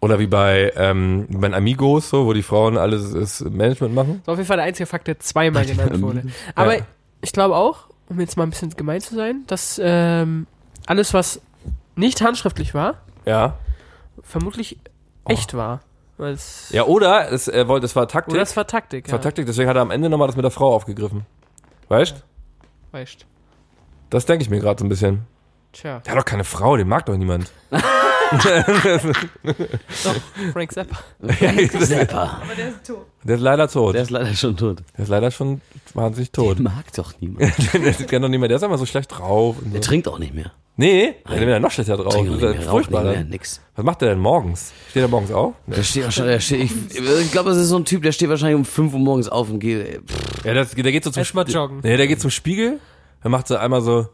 Oder wie bei, ähm, wie bei Amigos, so, wo die Frauen alles das Management machen.
das war auf jeden Fall der einzige Fakt, der zweimal genannt wurde. Aber
Ja.
ich glaube auch, um jetzt mal ein bisschen gemein zu sein, dass ähm, alles, was nicht handschriftlich war,
Ja.
vermutlich echt war. Weil es,
Oh. Ja, oder es, er wollte, es war Taktik.
Oder es war Taktik.
es war Taktik, deswegen hat er am Ende nochmal das mit der Frau aufgegriffen. Weißt?
Weißt.
Das denke ich mir gerade so ein bisschen.
Tja,
Der hat doch keine Frau, den mag doch niemand.
Frank Zappa.
Zappa.
Aber der ist tot.
Der ist leider tot.
Der
Der
ist leider schon tot.
ist leider schon wahnsinnig tot.
Den mag doch niemand.
der kennt doch nicht mehr, der ist einfach so schlecht drauf. Und
Der
so.
trinkt auch nicht mehr.
Nee, der ist ja noch schlechter drauf.
Trinkt auch
Das
nicht mehr,
ist ja
raucht nicht
furchtbar. ne?
mehr,
Dann.
nix.
Was macht der denn morgens? Steht er morgens auf? Nee.
Der steht auch schon, der steht, ich, ich glaube, das ist so ein Typ, der steht wahrscheinlich um 5 Uhr morgens auf und geht. Pff,
Ja, das, der geht so zum
Erst mal
Spie-
joggen.
Nee, der geht zum Spiegel, er macht so einmal so.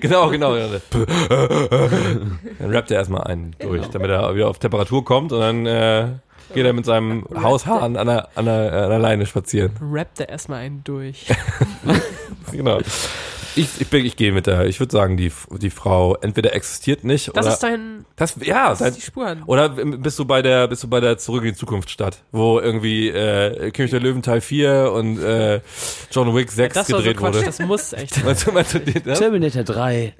genau, genau. ja. Dann rappt er erstmal einen durch, damit er wieder auf Temperatur kommt und dann äh, geht er mit seinem Haushaar an einer, an einer, an einer Leine spazieren.
Rap da erstmal einen durch.
Genau. Ich, ich, bin, ich gehe mit der, ich würde sagen, die, die Frau entweder existiert nicht
Das
oder.
ist dein.
das, ja,
Das ist
sein-
die Spuren.
Oder bist du bei der, bist du bei der Zurück in die Zukunft statt, wo irgendwie äh, König der Löwen Teil 4 und äh, John Wick 6
Das war so
gedreht
Quatsch,
wurde?
das muss echt.
Meinst du, meinst du die, ne?
Terminator 3.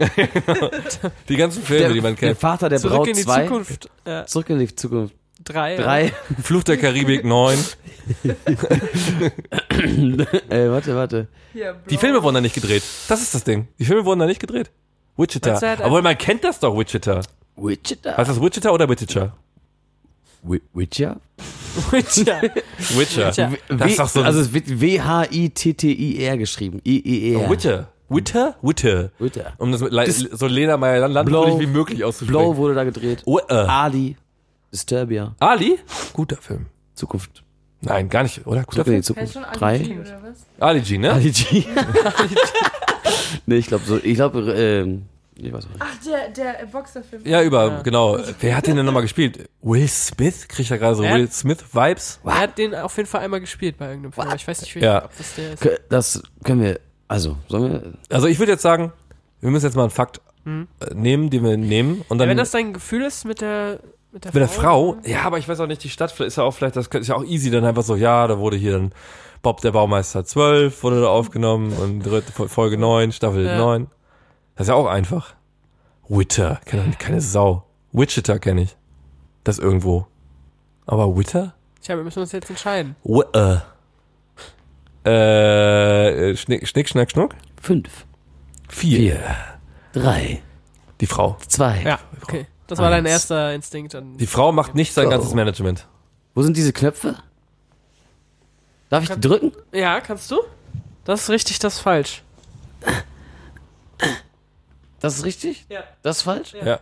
die ganzen Filme, die man
der
kennt.
Vater der
Zurück
Braut
in die
2.
Zukunft. Äh,
Zurück in die Zukunft
drei.
3.
Fluch der Karibik 9.
Äh, warte, warte.
Ja, Bro.
Die Filme wurden da nicht gedreht. Das ist das Ding. Die Filme wurden da nicht gedreht. Wichita.
Meinst du halt
Obwohl, man kennt das doch, Wichita.
Witcher?
Heißt das Wichita oder Wichita?
Wi- Witcher?
Witcher.
Witcher.
Witcher.
Das ist doch so ein-
also es wird W-H-I-T-T-I-R geschrieben. E I-E-E-R.
Witter. Witter? Witter.
Witter.
Um das mit Le so Lena Meyer dann
Blow.
landwürdig wie möglich
Blow
auszusprechen.
wurde da gedreht.
Witter.
Ali. Disturbia.
Ali? Ah. Guter Film.
Zukunft.
Nein, gar nicht, oder? Guter
Zurück in
Film.
die
Heißt
Zukunft
schon
3.
Angie oder was?
Ali G, ne?
Ali G. nee, ich glaube so. Ich glaube, ähm, ich weiß auch nicht.
Ach, der, der äh, Boxerfilm.
Ja, über, genau. Wer hat den denn nochmal gespielt? Will Smith? Kriegt ja gerade so
Ja.
Will Smith-Vibes.
Er hat den auf jeden Fall einmal gespielt bei irgendeinem Film. aber Ich weiß nicht, wie,
Ja.
ob das der ist.
Kö- Das können wir. Also, sollen wir.
Also ich würde jetzt sagen, wir müssen jetzt mal einen Fakt äh, nehmen, den wir nehmen. Und dann
Hm. Wenn das dein Gefühl ist mit der, mit der
mit der
Frau.
Frau, ja, aber ich weiß auch nicht, die Stadt ist ja auch vielleicht, das ist ja auch easy, dann einfach so, ja, da wurde hier dann Bob der Baumeister 12 wurde da aufgenommen und dritte Fol- Folge 9, Staffel
Ja.
9. Das ist ja auch einfach. Witter, keine, keine Sau. Wichita kenne ich. Das irgendwo. Aber Witter?
Tja, wir müssen uns jetzt entscheiden.
Witter. Äh, Schnick, Schnick, Schnack, Schnuck?
5,
Vier.
3,
Die Frau.
2.
Ja, okay. Das war dein
Eins.
erster Instinkt. Dann
Die Frau macht nicht sein
Oh.
ganzes Management.
Wo sind diese Knöpfe? Darf ich die drücken?
ja, kannst du? Das ist richtig, das ist falsch.
Das ist richtig?
Ja.
Das ist falsch?
Ja.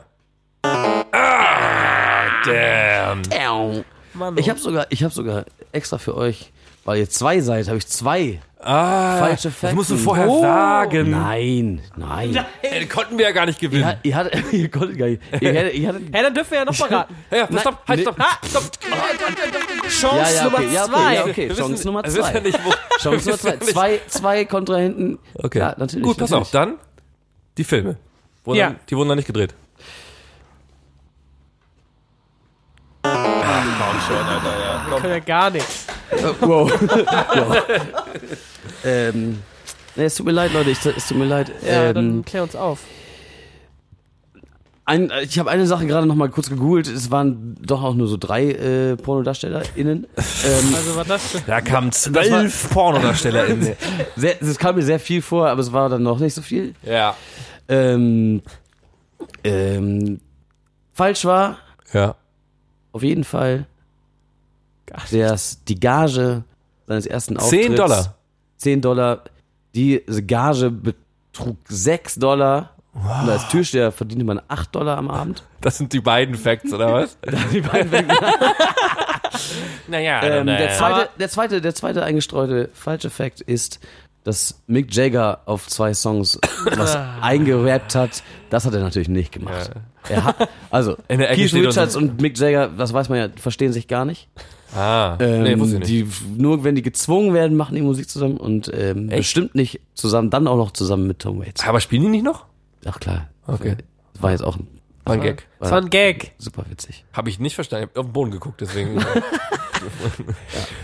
Ah, damn.
Äau.
Mann, oh.
Ich habe sogar, ich habe sogar extra für euch, weil ihr zwei seid, habe ich zwei.
Ah,
Falsche
Das musst du
Fakten.
vorher
Oh.
Ähm.
sagen.
Nein, nein.
Ey, den konnten wir ja gar nicht gewinnen.
Ja, ihr hattet, ihr konntet gar nicht. Ihr, hättet- ihr hattet,
Hey, dann dürfen wir ja noch mal raten.
Ja, ja, stopp, halt,
nee.
stopp, ah, stopp.
Chance
ja, ja,
Nummer
okay, ja,
zwei.
okay, ja, okay.
Wir
Chance
wissen-
Nummer
wir wissen ja
zwei.
nicht, wo- wir
Chance Nummer
wissen
zwei.
ja nicht-
Zwei, zwei Kontrahenten.
Okay.
Ja, natürlich.
Gut, pass
natürlich.
auf, dann die Filme. Wurden
Ja.
dann, die wurden dann nicht gedreht.
Wir können ja gar nichts.
Wow. ähm, nee, es tut mir leid, Leute. Ich, es tut mir leid.
Ja,
ähm,
dann klär uns auf.
ein, ich habe eine Sache gerade noch mal kurz gegoogelt. Es waren doch auch nur so drei äh, PornodarstellerInnen. ähm,
Also war das für
Da kamen zwölf Pornodarsteller in.
sehr, es kam mir sehr viel vor, aber es war dann noch nicht so viel.
Ja.
Ähm, ähm, falsch war
Ja.
auf jeden Fall das, die Gage seines ersten Auftritts.
Zehn Dollar.
10 Dollar. Die Gage betrug 6 Dollar. Und als Türsteher verdiente man 8 Dollar am Abend.
Das sind die beiden Facts, oder was?
Die beiden Wege-
naja,
ähm, der, zweite,
Aber-
der, zweite, der zweite eingestreute falsche Fact ist, dass Mick Jagger auf zwei Songs was eingerappt hat. Das hat er natürlich nicht gemacht. Er hat, also,
In der Ecke
Keith
steht er
Richards
so-
und Mick Jagger, das weiß man ja, verstehen sich gar nicht.
Ah,
Ähm,
nee, wusste ich nicht.
die, nur wenn die gezwungen werden, machen die Musik zusammen und ähm, bestimmt nicht zusammen, dann auch noch zusammen mit Tom Waits.
Aber spielen die nicht noch?
Ach klar.
Okay.
Das war jetzt auch ein-
War ein Gag.
Das war ein Gag.
super witzig.
Habe ich nicht verstanden. Ich hab auf den Boden geguckt, deswegen.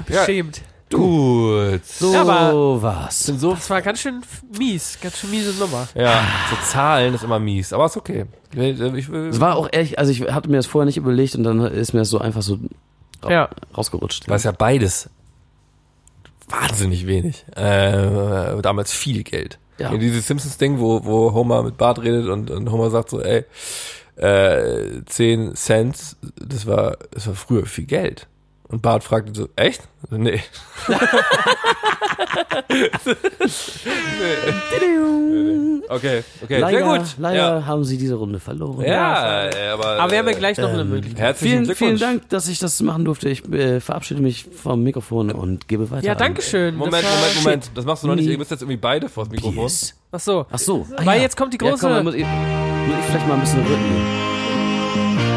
Ja.
Beschämt.
Gut.
So
aber-
was.
So, das war ganz schön f- mies. Ganz schön miese Nummer.
Ja, so Zahlen ist immer mies, aber ist okay. Ich, will- ich, will-
Es war auch ehrlich, also ich hatte mir das vorher nicht überlegt und dann ist mir das so einfach so
Ja.
rausgerutscht.
war es ja beides wahnsinnig wenig. Äh, damals viel Geld.
Ja.
Ja. Dieses Simpsons-Ding, wo, wo Homer mit Bart redet und, und Homer sagt so, ey, äh, 10 Cent, das war, das war früher viel Geld. Und Bart fragt ihn so, echt? Nee. nee. Okay, okay.
leider
Sehr gut.
leider haben sie diese Runde verloren.
Ja, ja, äh, aber,
Aber wir haben ja
äh,
gleich noch eine Möglichkeit.
Herzlichen
Vielen, vielen
Glückwunsch.
Dank, dass ich das machen durfte. Ich äh, verabschiede mich vom Mikrofon und gebe weiter.
Ja,
an
danke schön.
Moment,
Das war-
Moment, Moment. Das machst du noch nicht.
Nee.
Ihr müsst jetzt irgendwie beide vors Mikrofon.
Piers
Ach so.
Ach so. Ah,
Weil
ja.
jetzt kommt die
Ja,
große.
komm, dann muss, ich, muss ich vielleicht mal ein bisschen rütteln.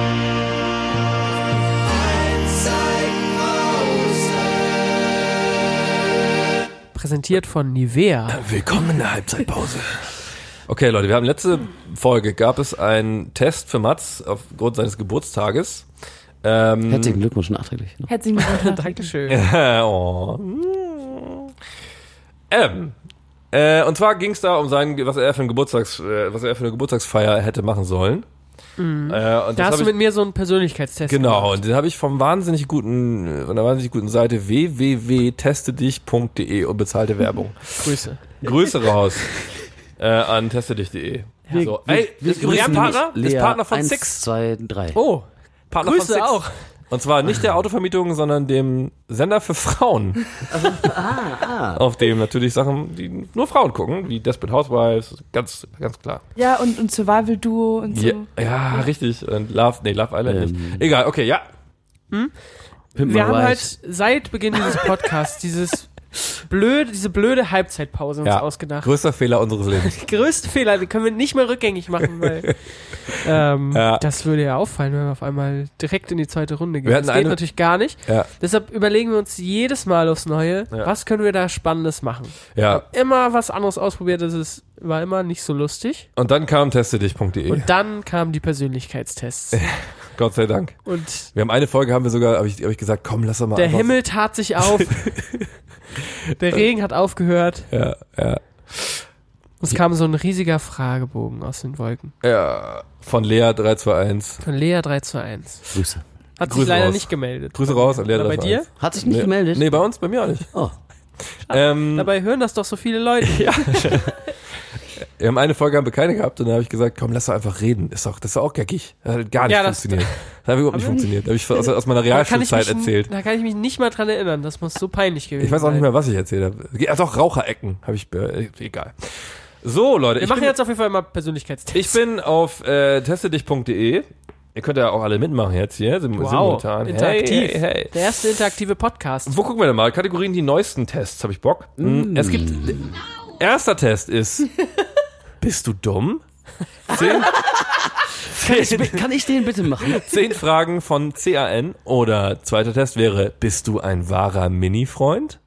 präsentiert von Nivea.
Willkommen in der Halbzeitpause. Okay, Leute, wir haben letzte Folge gab es einen Test für Mats aufgrund seines Geburtstages. Ähm,
Herzlichen Glückwunsch nachträglich. Ne?
Herzlichen Glückwunsch.
Dankeschön.
oh. Ähm. Äh, und zwar ging es da um seinen, was er für einen Geburtstags, äh, was er für eine Geburtstagsfeier hätte machen sollen. Äh, und
Da
das
hast
hab
du
ich,
mit mir so einen Persönlichkeitstest
genau,
gemacht.
und den habe ich vom wahnsinnig guten, äh, von der wahnsinnig guten Seite www.testedich.de und bezahlte Werbung.
Grüße.
Grüße raus äh, an testedich.de. so, Also, ey, ist übrigens Partner, ist Partner von
eins,
Six.
zwei, drei.
Oh,
Partner
Grüße
von Six.
auch.
Und zwar nicht der Autovermietung, sondern dem Sender für Frauen. Ah, Auf dem natürlich Sachen, die nur Frauen gucken, wie Desperate Housewives, ganz, ganz klar.
Ja, und, und Survival Duo und so.
Ja, ja, richtig. Und Love, nee, Love Island
Ähm.
nicht. Egal, okay, ja.
Pimp My
wir haben
Ride.
halt seit Beginn dieses Podcasts dieses blöde, diese blöde Halbzeitpause uns
ja.
ausgedacht.
Größter Fehler unseres Lebens.
Größte Fehler, den können wir nicht mehr rückgängig machen, weil ähm,
Ja.
das würde ja auffallen, wenn wir auf einmal direkt in die zweite Runde gehen.
Wir
Das
hatten
geht
eine-
natürlich gar nicht.
Ja,
Deshalb überlegen wir uns jedes Mal aufs Neue,
Ja.
was können wir da Spannendes machen.
ja.
Immer was anderes ausprobiert, das ist, war immer nicht so lustig.
Und dann kam testedich.de.
Und dann kamen die Persönlichkeitstests.
E. Gott sei Dank.
Und
Wir haben eine Folge, haben wir sogar, habe ich, hab ich gesagt, komm, lass doch mal.
der
einfach-
Himmel tat sich auf. der Regen hat aufgehört.
Ja, ja.
Es kam so ein riesiger Fragebogen aus den Wolken.
Ja. Von Lea 321.
Von Lea 3 zu 1.
Grüße.
Hat
Grüße
sich leider
raus.
nicht gemeldet.
Grüße raus an Lea
Oder bei
321.
dir?
Hat sich nicht
Nee.
gemeldet?
Nee, bei uns, bei mir auch nicht.
Oh.
Ähm,
Dabei hören das doch so viele Leute.
Wir haben eine Folge haben wir keine gehabt und dann habe ich gesagt, komm, lass doch einfach reden. Ist doch, das ist doch auch geckig. Das hat gar nicht
Ja, das-
funktioniert. Das, hat überhaupt nicht funktioniert. Habe ich aus, aus meiner
Da kann, ich mich,
Realschulzeit erzählt.
da kann ich mich nicht mal dran erinnern. Das muss so peinlich gewesen sein.
Ich weiß auch nicht mehr, was ich erzählt habe. Ja, doch, Raucherecken habe ich, äh, egal. So, Leute,
Wir
ich
machen
bin,
jetzt auf jeden Fall mal Persönlichkeitstests.
ich bin auf äh, testedich.de. Ihr könnt ja auch alle mitmachen jetzt hier, sim simultan.
interaktiv.
Hey, hey, hey.
Der erste interaktive Podcast.
Wo gucken wir denn mal? Kategorien, die neuesten Tests, habe ich Bock. Mm. Es gibt. Erster Test ist. bist du dumm? Zehn, zehn,
Kann ich den bitte machen?
zehn Fragen von CAN. Oder zweiter Test wäre: Bist du ein wahrer Mini-Freund?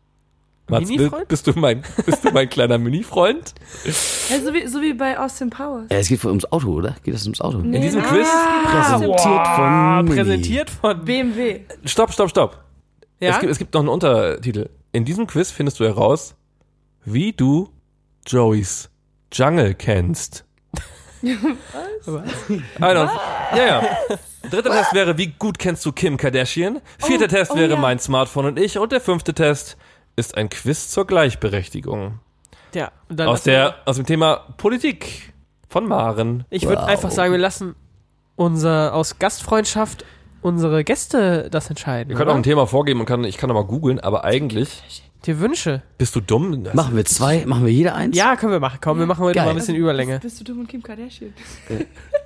Mats, bi-
Mini-Freund?
bist du mein, bist du mein kleiner Mini-Freund?
Ja, so, wie, so wie bei Austin Powers.
Äh, es geht wohl ums Auto, oder? Geht das ums Auto?
Nee, Ah,
diesem
nein.
Quiz-
Präsentiert von Mini.
Präsentiert von B.
BMW.
Stopp, stopp, stopp.
Ja?
Es, gibt, es gibt noch einen Untertitel. In diesem Quiz findest du heraus, wie du Joeys Jungle kennst. Was? I don't. Ja, ja. Dritter Test wäre, wie gut kennst du Kim Kardashian? Vierter
Oh,
Test
oh
wäre
ja.
mein Smartphone und ich. Und der fünfte Test ist ein Quiz zur Gleichberechtigung.
ja. Und dann
Aus,
lassen
der, aus dem Thema Politik von Maren.
wir, ich würde
Wow.
einfach sagen, wir lassen unser aus Gastfreundschaft unsere Gäste das entscheiden.
Wir können auch ein
oder?
Thema vorgeben und kann, ich kann nochmal googeln, aber eigentlich
Die Wünsche.
bist du dumm.
Machen wir zwei? Machen wir jeder eins?
Ja, können wir machen. Komm, wir machen heute
Geil.
mal ein bisschen Überlänge.
Bist, bist du dumm und Kim Kardashian?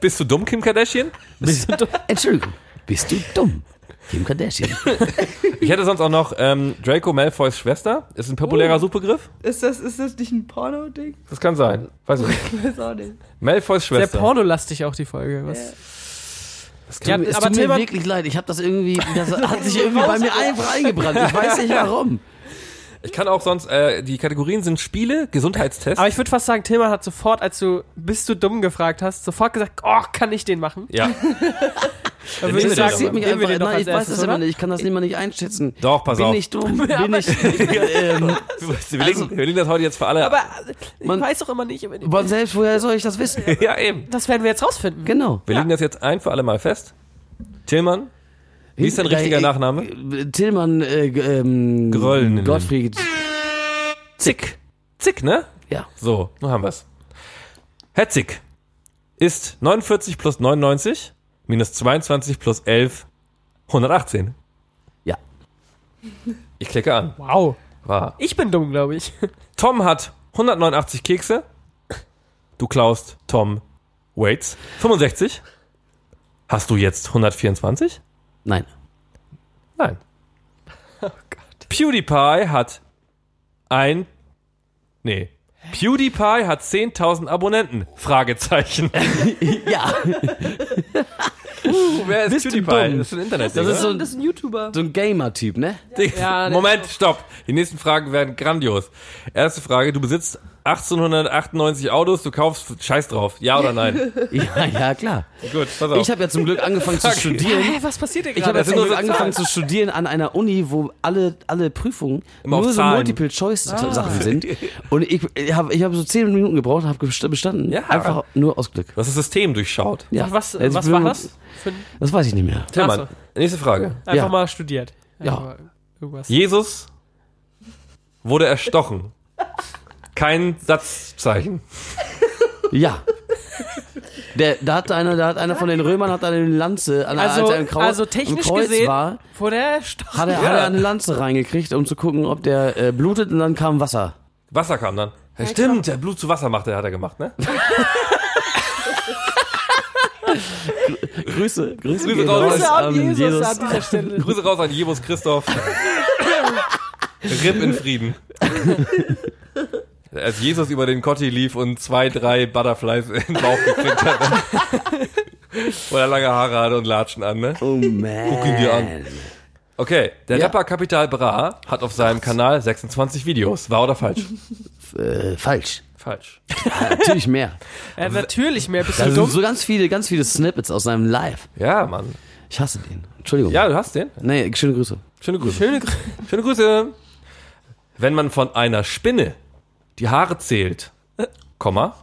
Bist du dumm, Kim Kardashian?
Bist du dumm? Entschuldigung. Bist du dumm? Kim Kardashian.
Ich hätte sonst auch noch ähm, Draco Malfoys Schwester. Ist ein
Oh.
populärer Suchbegriff.
Ist das, ist das nicht ein Porno-Ding?
Das kann sein. Weiß ich nicht.
Ich weiß auch nicht.
Malfoys
Sehr
Schwester.
pornolastig auch die Folge. Was?
Ja,
Ja,
es
aber
tut mir
Tilman-
wirklich leid. Ich habe das irgendwie, das hat sich irgendwie bei mir einfach eingebrannt. Ich weiß nicht warum.
Ich kann auch sonst, äh, die Kategorien sind Spiele, Gesundheitstest.
Aber ich würde fast sagen, Tilman hat sofort, als du bist du dumm gefragt hast, sofort gesagt, oh, kann ich den machen?
ja. Dann
würde
nehmen
ich
wir
sagen,
den doch.
Interessiert mich
nehmen wir
einfach.
den doch
Nein, ich
als
weiß
erstes,
das immer
oder?
nicht. Ich kann das immer nicht einschätzen.
Doch, pass
bin
auf.
ich dumm? Bin ich. ähm,
Wir legen, wir legen das heute jetzt für alle.
Also- Aber ich
Man-
weiß doch immer nicht. ob-
aber selbst woher soll ich das wissen?
ja, eben.
Das werden wir jetzt rausfinden.
Genau.
Wir legen das jetzt ein für alle mal fest. Tillmann, wie ist dein
äh,
richtiger Nachname?
Tillmann äh, g- ähm,
Gröllnen.
Gottfried.
Zick. Zick, ne?
Ja.
So, nun haben wir's. Herr Zick ist 49 plus 99 minus 22 plus 11 118.
Ja.
Ich klicke an.
Wow.
War.
Ich bin dumm, glaube ich.
Tom hat 189 Kekse. Du klaust Tom Waits 65. Hast du jetzt 124?
Nein.
Nein. Oh PewDiePie hat ein. Nee. PewDiePie hat 10.000 Abonnenten. Fragezeichen.
ja,
Uh, wer ist
Bist du
PewDiePie?
dumm?
Das ist ein Internet.
das ist so ein,
Das ist ein YouTuber.
so ein Gamer-Typ, ne?
Ja, das-
Moment, stopp. Die nächsten Fragen werden grandios. Erste Frage, du besitzt 1898 Autos, du kaufst scheiß drauf. Ja oder nein?
Ja, ja, klar.
Gut, pass auf.
Ich habe ja zum Glück angefangen zu studieren.
Hä, was passiert denn
Ich habe
gerade?
ja
das sind
zum
nur
Glück
so
angefangen zu studieren an einer Uni, wo alle, alle Prüfungen
Immer auf
nur so
Zahlen.
Multiple-Choice-Sachen sind. Und ich, ich habe ich hab so zehn Minuten gebraucht und habe bestanden.
Ja.
Einfach nur aus Glück.
du hast das System durchschaut.
Ja.
Ach, was
Jetzt
was
bin-
war das? Für, ein-
Das weiß ich nicht mehr.
Tillmann,
Ach
nächste Frage.
einfach
Ja.
mal studiert.
Ja.
Einfach mal Irgendwas.
Jesus wurde erstochen. Kein Satzzeichen.
Ja. Der, da hat einer, da hat einer von den Römern hat eine Lanze an
Also-
als er im Kreuz,
also technisch
im Kreuz
gesehen-
war,
Vor der Stoch.
hat er,
Ja.
hat er eine Lanze reingekriegt, um zu gucken, ob der äh, blutet und dann kam Wasser.
Wasser kam dann. Ja, stimmt, der Blut zu Wasser macht, der hat er gemacht, ne?
Grüße, Grüße,
Grüße
gehen
raus
raus
an
an
Jesus,
ähm, Jesus.
an dieser Stelle.
Grüße raus an Jebus Christoph. Ripp in Frieden. Als Jesus über den Kotti lief und zwei, drei Butterflies in den Bauch gekriegt hat. Weil er lange Haare hatte und Latschen an, ne?
Oh man.
Guck ihn dir an. Okay, der
Ja.
Rapper Capital Bra hat auf seinem Kanal 26 Videos. Wahr oder falsch?
Äh, falsch.
falsch.
Natürlich mehr.
Ja, Äh, natürlich mehr. Bist
Da
du
sind
dumm?
so ganz viele, ganz viele Snippets aus seinem Live.
Ja, Mann.
Ich hasse den. Entschuldigung.
Ja, du hast den.
Nee, schöne Grüße.
Schöne Grüße. Schöne, Grüße. Wenn man von einer Spinne die Haare zählt, Komma,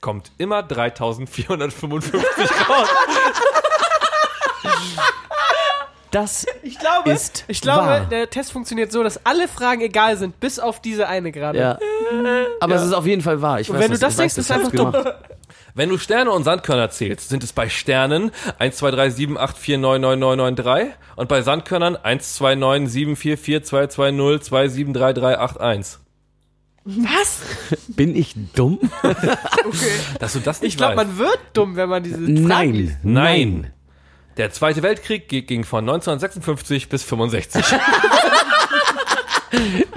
kommt immer 3455 raus.
Das
Ich glaube,
ist
ich glaube
wahr.
der Test funktioniert so, dass alle Fragen egal sind, bis auf diese eine gerade.
ja. Aber es ist auf jeden Fall wahr. Ich
Und
weiß,
wenn du
das-
das
ich weiß,
denkst,
genau.
ist
ich hab's
einfach dumm.
gemacht.
Wenn du Sterne und Sandkörner zählst, sind es bei Sternen 12378499993 und bei Sandkörnern 129744220273381.
Was?
Bin ich dumm?
Dass du das nicht
Ich glaube,
weißt.
man wird dumm, wenn man diese Fragen liest.
Nein.
Nein. Der Zweite Weltkrieg ging von 1956 bis 65.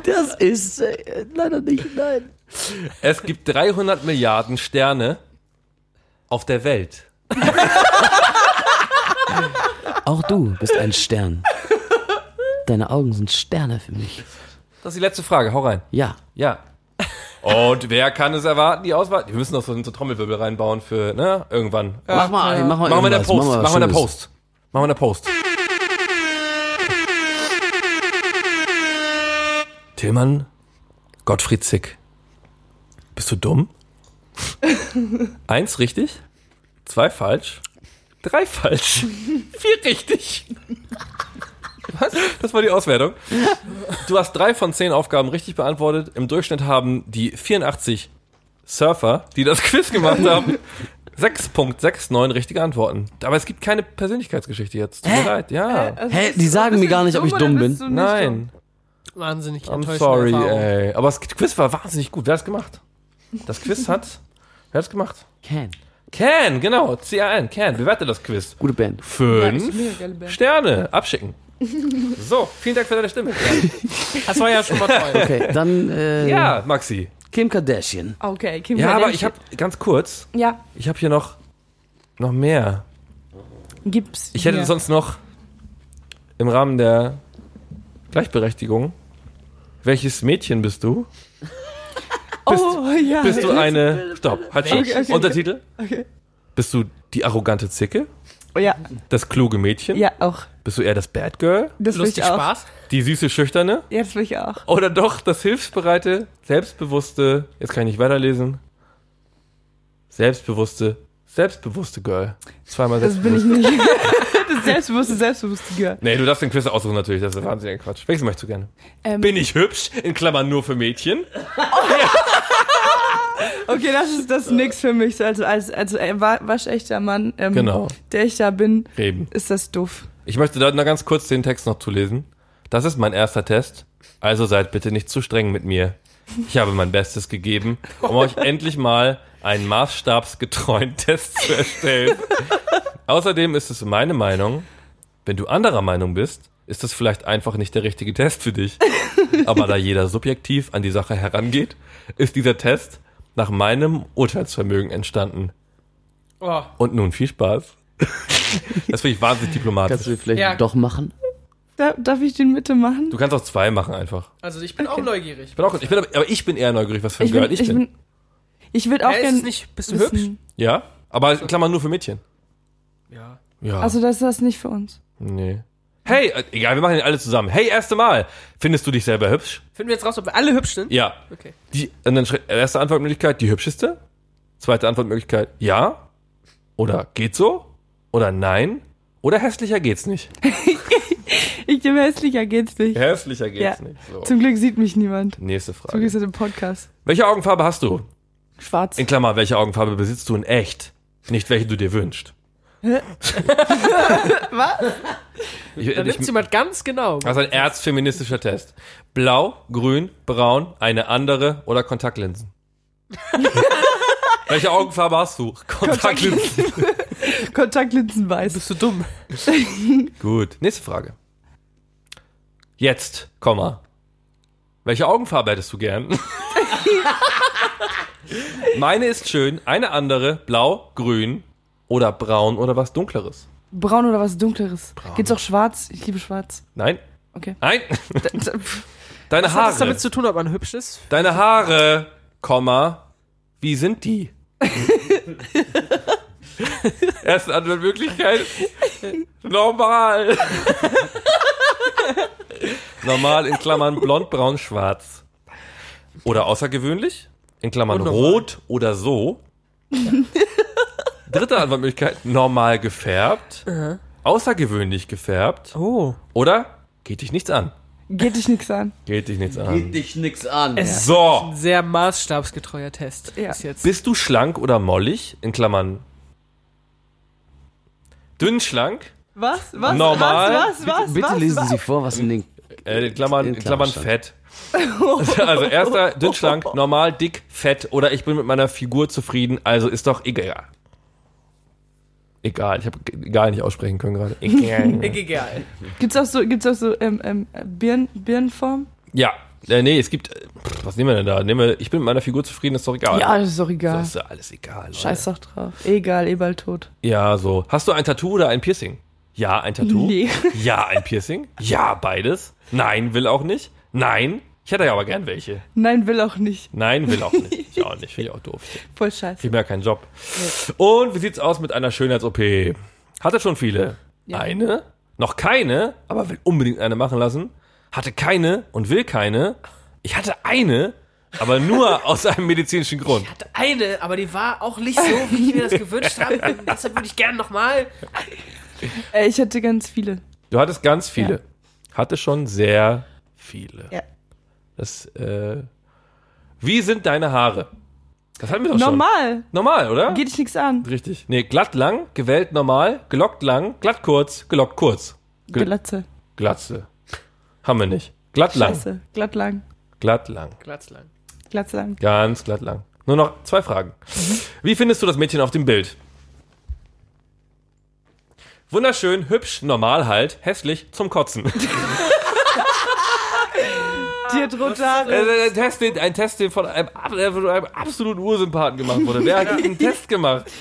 Das ist äh, leider nicht. Nein.
Es gibt 300 Milliarden Sterne auf der Welt.
Auch du bist ein Stern. Deine Augen sind Sterne für mich.
Das ist die letzte Frage. Hau rein.
Ja.
Ja. Und wer kann es erwarten? Die Auswahl. Wir müssen noch so einen so Trommelwirbel reinbauen für, ne? Irgendwann.
mach mal, mach mal
Machen wir in der
irgendwas.
Post.
was
Machen wir in der
Schönes.
Post. Machen wir in der Post. Tillmann Gottfried Zick. Bist du dumm? Eins richtig, zwei falsch, drei falsch, vier richtig. Was? Das war die Auswertung. Du hast drei von zehn Aufgaben richtig beantwortet. Im Durchschnitt haben die 84 Surfer, die das Quiz gemacht haben, 6.69 richtige Antworten. Aber es gibt keine Persönlichkeitsgeschichte jetzt. Tut mir leid,
Äh,
ja.
Also
Hä,
bist
die
du-
sagen
bist
mir
du
gar nicht, ob ich
oder
dumm bin.
bist du nicht dumm?
Nein,
Wahnsinnig
I'm
enttäuschende
sorry,
Erfahrung.
äh,
ey. Aber das Quiz war wahnsinnig gut. Wer hat's gemacht? Das Quiz hat. Wer hat's gemacht?
Can.
Can, genau. C-A-N, Can. Bewerte das Quiz.
Gute Band.
Fünf
Mega geile Band.
Sterne. Abschicken. So, vielen Dank für deine Stimme.
Das war ja schon mal toll.
Okay, dann äh,
Ja, Maxi.
Kim Kardashian.
Okay, Kim
Ja, aber ich
Kardashian.
habe ganz kurz.
Ja,
Ich habe hier noch noch mehr.
gibt's.
Ich hätte
hier.
sonst noch im Rahmen der Gleichberechtigung. Welches Mädchen bist du? Bist,
Oh, ja.
bist du eine. Stopp, halt schon.
Okay, okay,
Untertitel?
Okay.
Bist du die arrogante Zicke?
Oh, ja.
Das kluge Mädchen?
ja, auch.
Bist du eher das Bad Girl?
Das will
Lustig
ich auch.
Spaß.
Die süße Schüchterne?
Ja, das will ich auch.
Oder doch das hilfsbereite, selbstbewusste, jetzt kann ich nicht weiterlesen. Selbstbewusste, selbstbewusste Girl. Zweimal
Das bin
selbstbewusst.
ich nicht. das selbstbewusste, selbstbewusste Girl.
Nee, du darfst den Quiz aussuchen natürlich, das ist wahnsinniger Quatsch. Welches möchtest du gerne?
Ähm.
Bin ich hübsch? In Klammern nur für Mädchen.
Okay, das ist das ist nix für mich. So, Also als, als äh, wa- waschechter Mann, ähm,
Genau.
der ich da bin,
Reben.
ist das doof.
Ich möchte da noch ganz kurz den Text noch zulesen. Das ist mein erster Test. Also seid bitte nicht zu streng mit mir. Ich habe mein Bestes gegeben, um euch endlich mal einen maßstabsgetreuen Test zu erstellen. Außerdem ist es meine Meinung, wenn du anderer Meinung bist, ist es vielleicht einfach nicht der richtige Test für dich. Aber da jeder subjektiv an die Sache herangeht, ist dieser Test nach meinem Urteilsvermögen entstanden.
Oh.
Und nun viel Spaß. Das finde ich wahnsinnig
Kannst du
diplomatisch.
den vielleicht
Ja.
doch machen?
Da, darf ich den bitte machen?
Du kannst auch zwei machen einfach.
Also ich bin auch neugierig.
Ich bin auch, ich bin, aber- aber ich bin eher neugierig, was für ein
ich,
Girl
bin,
ich bin.
ich würde auch
Hey, ist es
gerne
nicht, bist du hübsch?
wissen.
Ja, aber in Klammern nur für Mädchen.
Ja.
Ja.
Also das ist das nicht für uns.
nee. Hey, äh, egal, wir machen den alle zusammen. Hey, erste Mal. Findest du dich selber hübsch?
Finden wir jetzt raus, ob wir alle hübsch sind?
Ja.
Okay.
Die, und dann schre- erste Antwortmöglichkeit, die hübscheste. Zweite Antwortmöglichkeit, ja. Oder geht so? Oder nein? Oder hässlicher geht's nicht.
Ich dem hässlicher geht's nicht.
Hässlicher
geht's Ja. nicht, Zum Glück sieht mich niemand.
Nächste
So
Frage.
geht's in dem Podcast.
Welche Augenfarbe hast du?
Schwarz.
In Klammer, welche Augenfarbe besitzt du in echt? Nicht welche du dir wünschst. Was? Ich,
Dann
ich,
nimmt jemand ganz genau.
das ist ein erzfeministischer Test. Blau, grün, braun, eine andere oder Kontaktlinsen. welche Augenfarbe hast du? Kontaktlinsen.
Kontaktlinsen weiß.
Bist du dumm?
Gut. Nächste Frage. Jetzt, Komma. Welche Augenfarbe hättest du gern? Meine ist schön, eine andere, blau, grün oder braun oder was dunkleres.
Braun oder was dunkleres. Geht's auch schwarz? Ich liebe schwarz.
Nein,
Okay.
nein.
Da- da-
Deine
Was hat das
Haare.
damit zu tun, ob man hübsch ist?
Deine Haare, Komma. Wie sind die? Erste Antwortmöglichkeit. Normal. Normal in Klammern blond, braun, schwarz. Oder außergewöhnlich in Klammern
Unnormal.
rot oder so. Dritte Antwortmöglichkeit. Normal gefärbt. Außergewöhnlich gefärbt.
Oh.
Oder geht dich nichts an.
Geht dich nichts an.
Geht dich nichts an.
dich nix an.
So.
Ein sehr maßstabsgetreuer Test.
Ja.
Ist jetzt.
Bist du schlank oder mollig? In Klammern. Dünn schlank?
Was? Was?
Normal.
Was? Was? Was?
Bitte
was,
lesen
was?
Sie vor, was in den.
Äh, in Klammern,
In
in Klammern
Klammern
fett. Also erster, dünn schlank, normal, dick, fett oder ich bin mit meiner Figur zufrieden, also ist doch egal. Egal, ich habe egal nicht aussprechen können gerade. Egal.
Egal.
Gibt's auch so, gibt's auch so ähm, ähm, Birn, Birnenform?
ja, äh, nee, es gibt. äh, pff, Was nehmen wir denn da? Nehmen wir, ich bin mit meiner Figur zufrieden, ist doch egal.
Ja, das ist doch
Ah, Das
egal.
ist ja alles egal. Leute.
Scheiß doch drauf. Egal, eh bald tot.
Ja, so. Hast du ein Tattoo oder ein Piercing? Ja, ein Tattoo.
Nee.
Ja, ein Piercing. Ja, beides. Nein, will auch nicht. Nein, ich hätte ja aber gern welche.
Nein, will auch nicht.
Nein, will auch nicht. Ich auch nicht. Finde ich auch doof.
Voll scheiße.
Ich mehr keinen Job. Und wie sieht's aus mit einer Schönheits-OP? Hatte schon viele.
Ja.
Eine? Noch keine, aber will unbedingt eine machen lassen. Hatte keine und will keine. Ich hatte eine, aber nur aus einem medizinischen Grund.
Eine, aber die war auch nicht so, wie ich mir das gewünscht habe. Und Deshalb würde ich gerne nochmal.
Äh, ich hatte ganz viele.
Du hattest ganz viele. Hatte schon sehr viele.
Ja.
Das, äh, wie sind deine Haare? Das hatten wir doch
Normal.
schon. Normal, oder?
Geht dich nichts an.
Richtig. Nee, glatt lang, gewellt normal, gelockt lang, glatt kurz, gelockt kurz. Ge-
Glatze.
Glatze. Haben wir nicht. Glatt lang.
Scheiße. Glatt lang.
Glatt lang.
Glatzlang.
Glatze lang.
Ganz glatt lang. Nur noch zwei Fragen.
Mhm.
Wie findest du das Mädchen auf dem Bild? Wunderschön, hübsch, normal halt, hässlich, zum Kotzen.
Dir droht Haare.
Also ein Test, den, ein Test, den von einem, ab- äh, von einem absoluten Ursympathen gemacht wurde. Wer hat diesen Test gemacht?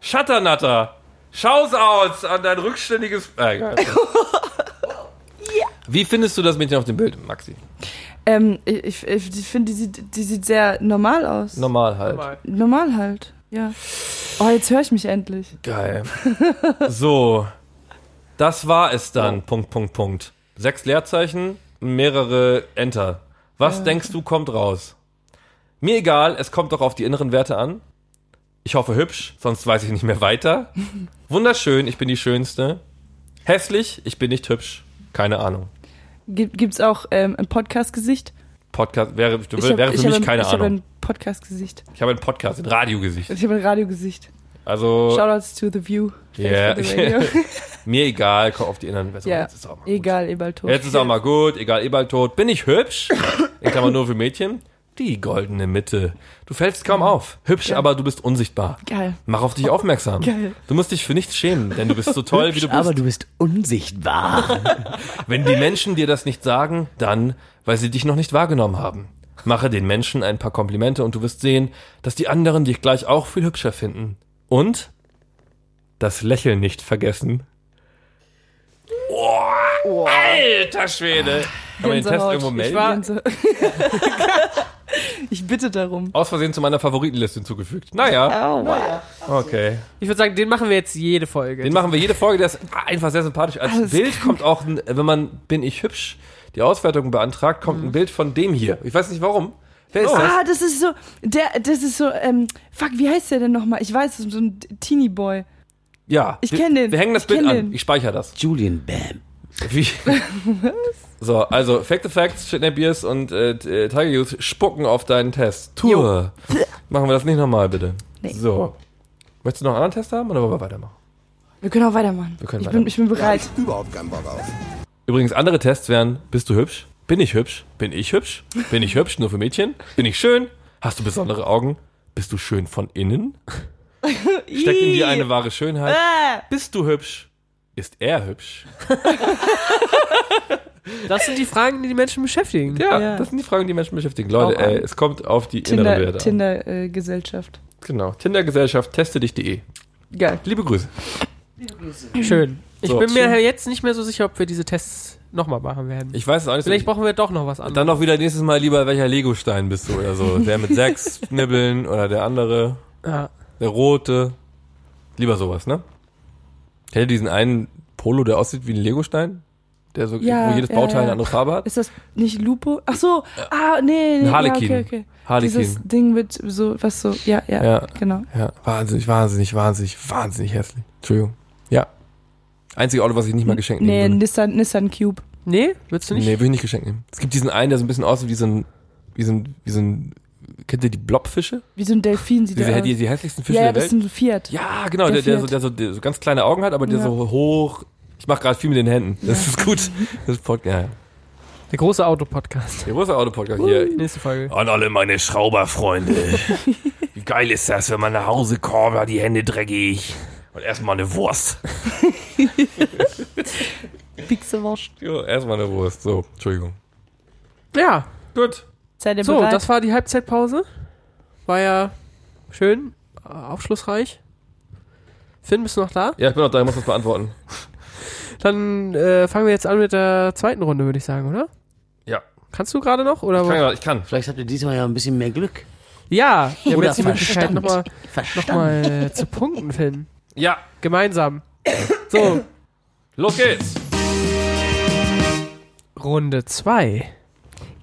Schatternatter. Schau's aus an dein rückständiges. Äh, egal. Wie findest du das Mädchen auf dem Bild, Maxi?
Ähm, ich, ich, ich finde, die sieht, die sieht sehr normal aus.
Normal halt.
normal halt. Ja. Oh, jetzt höre ich mich endlich.
Geil. So. Das war es dann. Punkt, Punkt, Punkt. Sechs Leerzeichen, mehrere Enter. Was denkst du, kommt raus? Mir egal, es kommt doch auf die inneren Werte an. Ich hoffe hübsch, sonst weiß ich nicht mehr weiter. Wunderschön, ich bin die Schönste. Hässlich, ich bin nicht hübsch. Keine Ahnung.
Gibt, gibt's auch ähm, ein Podcast-Gesicht?
Podcast wäre,
Ich hab-
wäre für
ich
mich
hab ein,
keine
ich Ich habe
Ahnung.
ein Podcast-Gesicht.
ich habe einen Podcast, ein Radiogesicht.
Ich habe ein Radiogesicht.
Also,
Shoutouts to The View.
Ja.
Thanks for the radio.
mir egal, kommt auf die inneren Werte an.
Ja.
Jetzt ist auch mal gut.
Egal, Eberl tot.
Jetzt ist auch mal gut, egal, eh bald tot. Bin ich hübsch? Ich kann mal nur für Mädchen. die goldene Mitte. Du fällst kaum auf. Hübsch, aber du bist unsichtbar.
Geil.
Mach auf dich aufmerksam.
Geil.
Du musst dich für nichts schämen, denn du bist so toll, wie du bist.
Aber du bist unsichtbar.
Wenn die Menschen dir das nicht sagen, dann, weil sie dich noch nicht wahrgenommen haben. Mache den Menschen ein paar Komplimente und du wirst sehen, dass die anderen dich gleich auch viel hübscher finden. Und das Lächeln nicht vergessen. Oh, alter Schwede! Kann man den Test
Gänsehaut.
irgendwo melden?
Ich, war- Gänse- ich bitte darum.
Aus Versehen zu meiner Favoritenliste hinzugefügt. Naja,
Oh, wow.
okay.
Ich würde sagen, den machen wir jetzt jede Folge.
Den machen wir jede Folge, der ist einfach sehr sympathisch. Als
Alles
Bild kommt auch, ein, wenn man Bin ich hübsch die Auswertung beantragt, kommt
Mhm.
ein Bild von dem hier. Ich weiß nicht warum. Wer ist das?
Ah, das ist so, der, das ist so, ähm, fuck, wie heißt der denn nochmal? Ich weiß, das ist so ein Teenie Boy.
Ja.
Ich
wir-
kenn den.
Wir hängen das
Ich
Bild
kenn
an.
den.
Ich speichere das.
Julian Bam.
Wie? so, also Fact the Facts, Shitney Beers und äh, äh, Tiger Youth spucken auf deinen Test. Tour. Machen wir das nicht nochmal, bitte.
Nee.
So. Möchtest du noch einen anderen Test haben oder wollen wir weitermachen?
Wir können auch weitermachen.
Wir können
ich,
weitermachen.
Bin, ich bin bereit.
Überhaupt keinen Bock auf.
Übrigens, andere Tests wären, bist du hübsch? Bin ich hübsch? Bin ich hübsch? Bin ich hübsch, nur für Mädchen? Bin ich schön? Hast du besondere Augen? Bist du schön von innen? Steckt in dir eine wahre Schönheit?
Äh. Ah!
Bist du hübsch? Ist er hübsch?
Das sind die Fragen, die die Menschen beschäftigen.
Ja,
Ja.
das sind die Fragen, die Menschen beschäftigen. Leute,
Auch an.
ey, es kommt auf die inneren
Tinder,
Werte an.
Tinder äh, Gesellschaft.
Genau. Tindergesellschaft teste-dich.de.
Geil.
E. Liebe Grüße.
Schön. Ich
So.
bin mir halt jetzt nicht mehr so sicher, ob wir diese Tests nochmal machen werden.
Ich weiß es auch nicht. so-
Vielleicht brauchen wir doch noch was anderes.
dann noch wieder nächstes Mal lieber, welcher Legostein bist du oder so. Der mit sechs Nibbeln oder der andere,
Ja.
der rote. Lieber sowas, ne? Kennt ihr diesen einen Polo, der aussieht wie ein Legostein? Der so,
Ja,
wo jedes
ja,
Bauteil
ja.
eine andere Farbe hat?
Ist das nicht Lupo? Ach so, ah, nee, nee.
Ein Harlekin.
Ja, okay, okay. Dieses
Harlequin.
Ding mit so, was so, ja, ja,
Ja.
genau.
Ja, wahnsinnig, wahnsinnig, wahnsinnig, wahnsinnig hässlich. Entschuldigung. Ja. Einzige Auto, was ich nicht mal geschenkt
Nee,
nehmen würde.
Nissan, Nissan Cube.
Nee, willst du nicht?
Nee, will ich nicht geschenkt nehmen. Es gibt diesen einen, der so ein bisschen aussieht wie so ein, wie so ein, wie so ein, kennt ihr die Blobfische?
Wie so ein Delfin sieht
Diese,
der
die,
aus.
die hässlichsten Fische
Ja, ja,
der
das
Welt.
ist ein Fiat.
Ja, genau, der,
Der
der, so,
Fiat.
der, so, der so ganz kleine Augen hat, aber der
Ja.
so hoch. Ich mache gerade viel mit den Händen. Das ist gut. Das ist Pod ja. ja.
Der große Autopodcast.
Der große Autopodcast hier.
Nächste Folge.
An alle meine Schrauberfreunde. Wie geil ist das, wenn man nach Hause kommt, hat die Hände dreckig. Und erstmal eine Wurst.
Pixel Wash.
Jo, erstmal eine Wurst. So, Entschuldigung.
Ja,
Gut.
Seid ihr
so,
bereit?
das war die Halbzeitpause. War ja schön, äh, aufschlussreich. Finn, bist du noch da?
Ja, ich bin noch da, ich muss das beantworten.
Dann äh, fangen wir jetzt an mit der zweiten Runde, würde ich sagen, oder?
Ja.
Kannst du gerade noch?
Ich kann,
Oder?
ja- ich kann.
Vielleicht habt ihr diesmal ja ein bisschen mehr Glück.
Ja, wir haben
Oder
jetzt die Möglichkeit,
Verstand.
nochmal noch
Verstanden.
mal, äh, zu punkten, Finn.
Ja,
Gemeinsam. So,
los geht's.
Runde 2.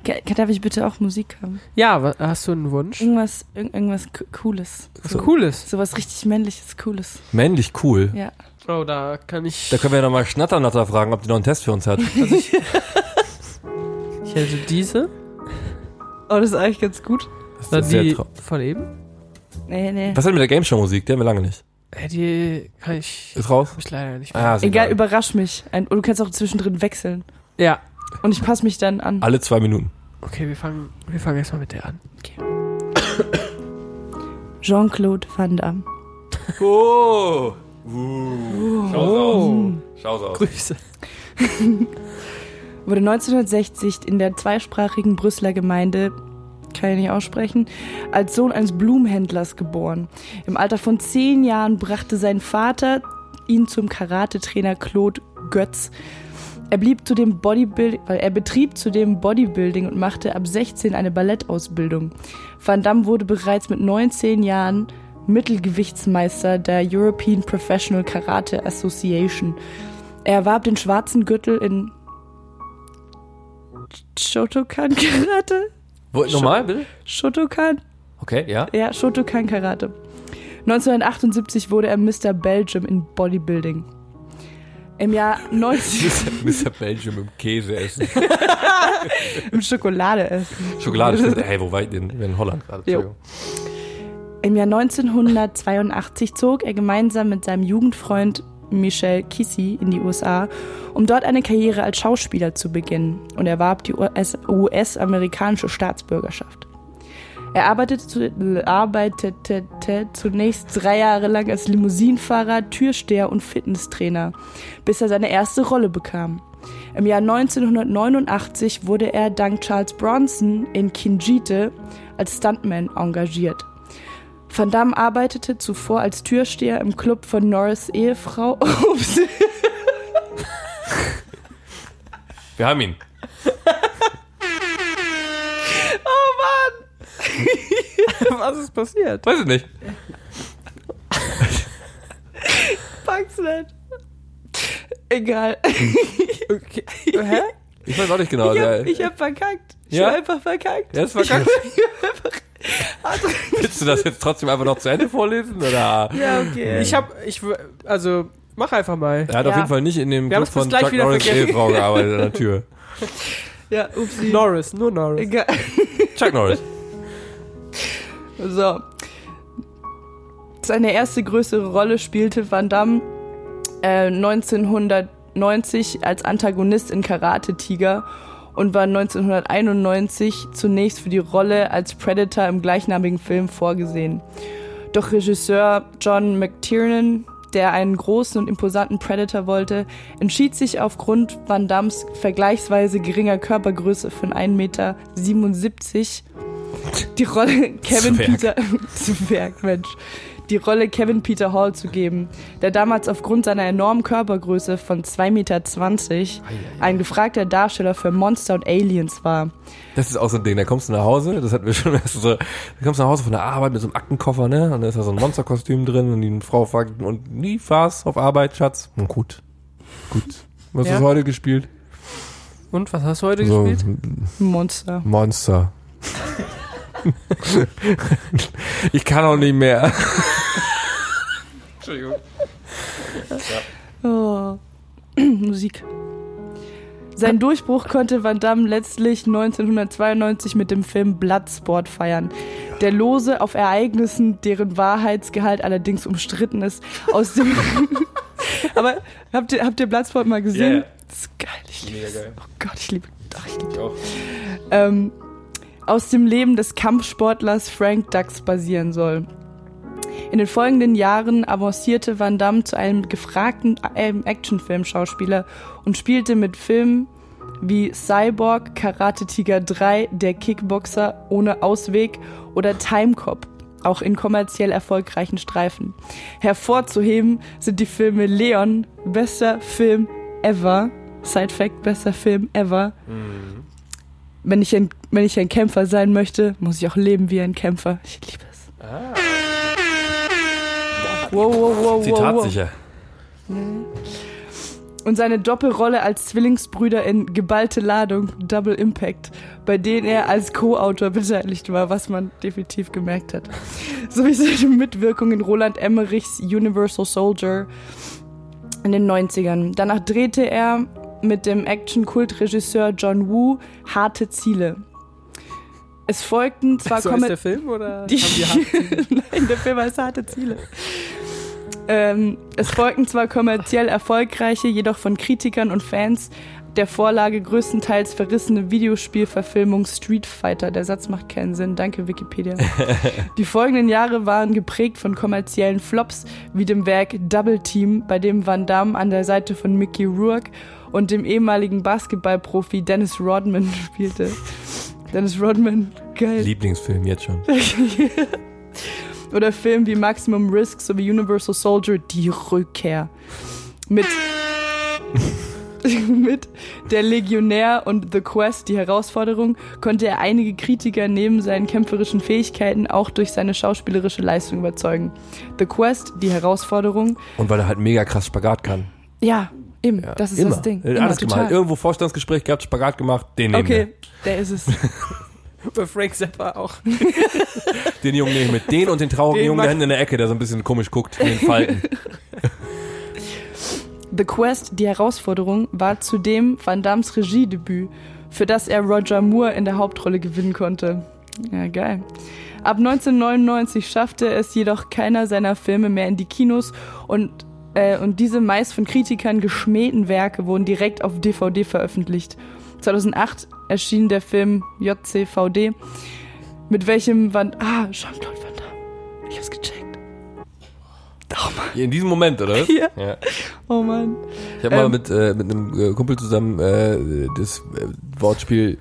Ge- Darf ich bitte auch Musik haben?
Ja, wa- hast du einen Wunsch?
Irgendwas, irg- irgendwas Co- Cooles.
Was Cooles.
Sowas richtig männliches, Cooles.
Männlich cool.
Ja.
Oh, da kann ich.
Da können wir nochmal Schnatternatter fragen, ob die noch einen Test für uns hat.
ich hätte diese.
Oh, das ist eigentlich ganz gut.
Das
Dann
ist sehr
die
trau-
von eben.
Nee, nee.
Was hat mit der Game Show Musik? Die haben wir lange nicht.
Äh, Die kann ich.
Ist raus?
Hab ich leider nicht.
Ah, ist
Egal, überrasch mich. Ein, und du kannst auch zwischendrin wechseln.
Ja.
Und ich passe mich dann an.
Alle zwei Minuten.
Okay, wir fangen, wir fangen erstmal mit der an.
Jean-Claude Van Damme.
Oh! Uh. Schau's
Oh.
aus. Schau's aus.
Grüße.
Wurde 1960 in der zweisprachigen Brüsseler Gemeinde, kann ich nicht aussprechen, als Sohn eines Blumenhändlers geboren. Im Alter von zehn Jahren brachte sein Vater ihn zum Karate-Trainer Claude Götz. Er blieb zudem Bodybuilding, weil er betrieb zudem Bodybuilding und machte ab 16 eine Ballettausbildung. Van Damme wurde bereits mit 19 Jahren Mittelgewichtsmeister der European Professional Karate Association. Er erwarb den schwarzen Gürtel in Shotokan Karate?
Wo, nochmal, bitte?
Shotokan?
Okay, ja.
Ja, Shotokan Karate. 1978 wurde er Mr. Belgium in Bodybuilding. Im Jahr 90
Mr. Belgium im Käse essen.
im Schokolade essen.
Schokolade. stimmt. Hey, wo war ich denn? Wir in Holland gerade.
Jo. Im Jahr 1982 zog er gemeinsam mit seinem Jugendfreund Michel Kissy in die USA, um dort eine Karriere als Schauspieler zu beginnen und erwarb die US- US-amerikanische Staatsbürgerschaft. Er arbeitete, zu, arbeitete zunächst drei Jahre lang als Limousinenfahrer, Türsteher und Fitnesstrainer, bis er seine erste Rolle bekam. Im Jahr 1989 wurde er dank Charles Bronson in Kinjite als Stuntman engagiert. Van Damme arbeitete zuvor als Türsteher im Club von Norris Ehefrau. Ups.
Wir haben ihn.
Oh
Was ist passiert?
Weiß ich nicht.
Pack's nicht. Egal.
Okay. Hä?
Ich weiß auch nicht genau.
ich,
Der,
hab, ich hab verkackt. Ich
Ja?
hab einfach verkackt.
der ist verkackt.
Hat-
Willst du das jetzt trotzdem einfach noch zu Ende vorlesen? Oder?
ja, okay.
Ich hab, ich, w- also, mach einfach mal.
Er hat auf
Ja.
jeden Fall nicht in dem
Wir
Club
haben's bis
von
gleich
Chuck
wieder
Norris
vergessen.
Ehefrau gearbeitet an der Tür.
Ja,
Äh.
upsi.
Norris, nur Norris.
Egal.
Chuck Norris.
So. Seine erste größere Rolle spielte Van Damme äh, 1990 als Antagonist in Karate Tiger und war 1991 zunächst für die Rolle als Predator im gleichnamigen Film vorgesehen. Doch Regisseur John McTiernan, der einen großen und imposanten Predator wollte, entschied sich aufgrund Van Dams vergleichsweise geringer Körpergröße von 1,77 Meter die Rolle Kevin
Zwerg.
Peter Zwerg, Mensch, die Rolle Kevin Peter Hall zu geben, der damals aufgrund seiner enormen Körpergröße von 2,20 Meter ein gefragter Darsteller für Monster und Aliens war.
Das ist auch so ein Ding. Da kommst du nach Hause, das hatten wir schon. Das ist so, da kommst du nach Hause von der Arbeit mit so einem Aktenkoffer, ne? Und da ist da so ein Monsterkostüm drin und die Frau fragt, und nie war's auf Arbeit, Schatz? Und gut. Gut. Was
Ja.
hast du heute gespielt?
Und was hast du heute
so
gespielt?
Monster.
Monster. ich kann auch nicht mehr. Entschuldigung.
Oh. Musik. Sein Durchbruch konnte Van Damme letztlich 1992 mit dem Film Bloodsport feiern, der lose auf Ereignissen, deren Wahrheitsgehalt allerdings umstritten ist, aus dem... Aber habt ihr, habt ihr Bloodsport mal gesehen?
Ja, ja.
Das ist geil, ich liebe
Mega
es.
geil.
Oh Gott, ich liebe... Ach, ich liebe
Ich auch.
ähm, aus dem Leben des Kampfsportlers Frank Dux basieren soll. In den folgenden Jahren avancierte Van Damme zu einem gefragten ähm, Actionfilm-Schauspieler und spielte mit Filmen wie Cyborg, Karate Tiger 3, Der Kickboxer ohne Ausweg oder Time Cop, auch in kommerziell erfolgreichen Streifen. Hervorzuheben sind die Filme Leon, bester Film ever, Side Fact, bester Film ever, wenn ich, ein, wenn ich ein Kämpfer sein möchte, muss ich auch leben wie ein Kämpfer. Ich liebe es. Wow, wow, wow, wow, wow.
Zitatsicher.
Und seine Doppelrolle als Zwillingsbrüder in Geballte Ladung, Double Impact, bei denen er als Co-Autor beteiligt war, was man definitiv gemerkt hat. Sowie seine Mitwirkung in Roland Emmerichs Universal Soldier in den 90ern. Danach drehte er mit dem Action-Kult-Regisseur John Woo Harte Ziele. Es folgten zwar
So
Comet-
ist der Film oder?
Die-
haben die Hand-
Nein, der Film heißt Harte Ziele. Ähm, es folgten zwar kommerziell erfolgreiche, jedoch von Kritikern und Fans der Vorlage größtenteils verrissene Videospielverfilmung Street Fighter. Der Satz macht keinen Sinn. Danke, Wikipedia. Die folgenden Jahre waren geprägt von kommerziellen Flops, wie dem Werk Double Team, bei dem Van Damme an der Seite von Mickey Rourke und dem ehemaligen Basketballprofi Dennis Rodman spielte. Dennis Rodman, geil.
Lieblingsfilm jetzt schon.
Oder Filmen wie Maximum Risk sowie Universal Soldier Die Rückkehr. Mit, mit Der Legionär und The Quest, die Herausforderung, konnte er einige Kritiker neben seinen kämpferischen Fähigkeiten auch durch seine schauspielerische Leistung überzeugen. The Quest, die Herausforderung.
Und weil er halt mega krass Spagat kann.
Ja, eben, das ist
Immer.
das Ding.
Er hat
Immer,
Alles gemacht.
total.
Irgendwo Vorstandsgespräch gehabt, Spagat gemacht, den nehmen
Okay, der ist es.
Bei Frank Zappa auch.
wir. Den Jungen nehmen wir mit. Den und den traurigen
Den
Jungen da
mach-
hinten in der Ecke, der so ein bisschen komisch guckt, den Falten.
The Quest, die Herausforderung, war zudem Van Dams Regiedebüt, für das er Roger Moore in der Hauptrolle gewinnen konnte. Ja, geil. Ab 1999 schaffte es jedoch keiner seiner Filme mehr in die Kinos und, äh, und diese meist von Kritikern geschmähten Werke wurden direkt auf DVD veröffentlicht. 2008 erschien der Film JCVD, Mit welchem Van... Ah, Jean-Claude Van Damme. Ich hab's gecheckt. Oh Mann.
In diesem Moment, oder? was?
Ja.
ja.
Oh Mann.
Ich habe mal
Ähm.
mit, äh, mit einem äh, Kumpel zusammen äh, das äh, Wortspiel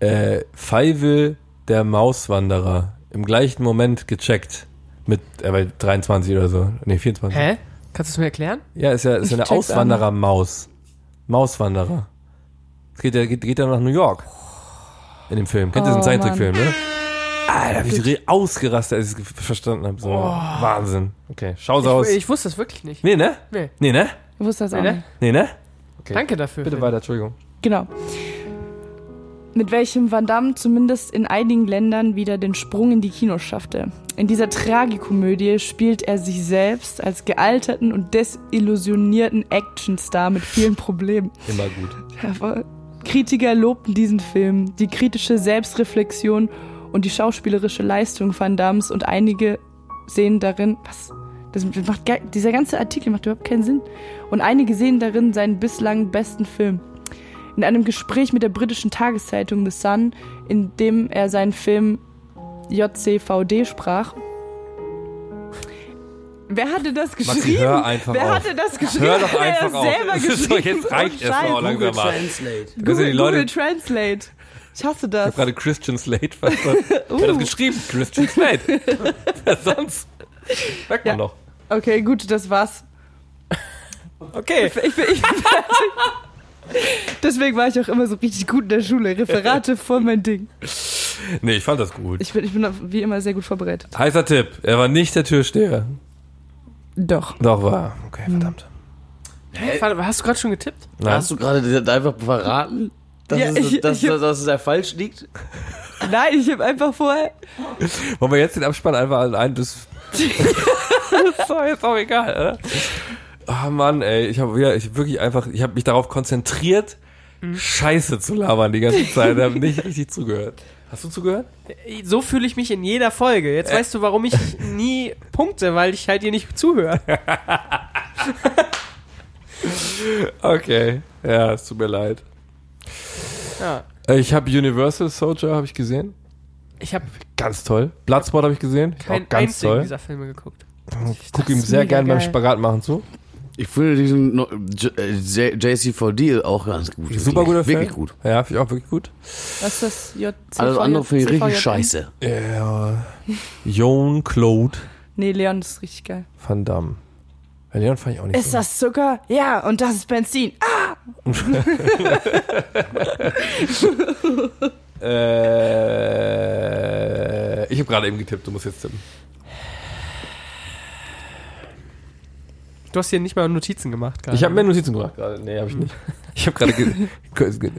äh, Feivel der Mauswanderer im gleichen Moment gecheckt. Mit, er war 23 oder so. Nee, 24.
Hä? Kannst du es mir erklären?
Ja, ist ja ist ja
Ich
eine
check's an.
Auswanderer-Maus. Mauswanderer. Es geht ja geht, geht ja nach New York. In dem Film. Kennt ihr
Oh,
diesen Zeichentrickfilm, ne? Alter, hab ich re- ausgerastet, als ich es ge- verstanden habe. So, Wahnsinn. Okay, schau's aus.
Ich, ich wusste es wirklich nicht.
nee, ne?
Nee.
Nee, ne?
Ich wusste das auch
Nee, ne?
nicht.
Nee, ne?
Danke dafür. Finn.
weiter, Entschuldigung.
Genau. Mit welchem Van Damme zumindest in einigen Ländern wieder den Sprung in die Kinos schaffte. In dieser Tragikomödie spielt er sich selbst als gealterten und desillusionierten Actionstar mit vielen Problemen.
Immer gut.
Aber Kritiker lobten diesen Film, die kritische Selbstreflexion und die schauspielerische Leistung Van Dams und einige sehen darin, was? Das macht, gar- dieser ganze Artikel macht überhaupt keinen Sinn. Und einige sehen darin seinen bislang besten Film. In einem Gespräch mit der britischen Tageszeitung The Sun, in dem er seinen Film JCVD sprach. Wer hatte das
hör
geschrieben?
einfach
Wer
auf.
hatte das geschrieben?
Hör doch
Wer hat
einfach
das
auf.
selber
Das ist doch
geschrieben?
jetzt reicht
Oh,
erstmal
Scheiße.
Google
langsam mal.
Translate.
Das sind die
Google, Google
Leute,
Translate. Ich hasse das.
gerade Christian Slate. Was, was, Wer hat
Uh.
das geschrieben? Christian Slate. Wer sonst? Merkt man
Ja.
noch.
Okay, gut, das war's.
Okay.
Ich, ich, ich, deswegen war ich auch immer so richtig gut in der Schule. Referate voll mein Ding.
Nee, ich fand das gut.
Ich bin, ich bin auf- wie immer sehr gut vorbereitet.
Heißer Tipp. Er war nicht der Türsteher.
Doch.
Doch, war. Okay,
Hm.
verdammt.
Hä? Warte, hast du gerade schon getippt?
Nein.
Hast du gerade da einfach verraten, dass,
Ja,
es,
ich-
dass,
ich-
dass, dass es da falsch liegt?
Nein, ich habe einfach vorher.
Wollen wir jetzt den Abspann einfach alle ein? Das ist doch jetzt auch egal, oder? Ah Mann, ey, ich habe ja, ich hab wirklich einfach, ich habe mich darauf konzentriert,
Hm.
Scheiße zu labern die ganze Zeit. Ich habe nicht richtig zugehört. Hast du zugehört?
So fühle ich mich in jeder Folge. Jetzt weißt du, warum ich nie punkte, weil ich halt dir nicht zuhöre.
Okay, ja, es tut mir leid.
Ja.
Äh, Ich habe Universal Soldier habe ich gesehen,
Ich habe
ganz toll. Bloodsport habe ich gesehen,
keinen
auch ganz
einzigen
toll.
dieser Filme geguckt.
Ich gucke ihm sehr
mega
gern beim
geil.
Spagat machen zu.
Ich finde diesen no J- äh, J- JC4D auch ganz gut. wirklich.
Super guter Film.
Wirklich gut.
Ja, finde ich auch wirklich gut.
Was ist das? J C
Alles
V,
andere
J-
finde ich
C V,
richtig
J- M?
scheiße.
Ja. Joan Claude
Nee, Leon das ist richtig geil.
Van Damme. Ja, Leon fand ich auch nicht so.
Ist das Zucker? Ja, und das ist Benzin. Ah,
Äh, ich habe gerade eben getippt, du musst jetzt tippen.
Du hast hier nicht mal Notizen gemacht gerade.
Ich habe mir Notizen gemacht gerade. Nee, habe ich nicht. Ich habe gerade. Ge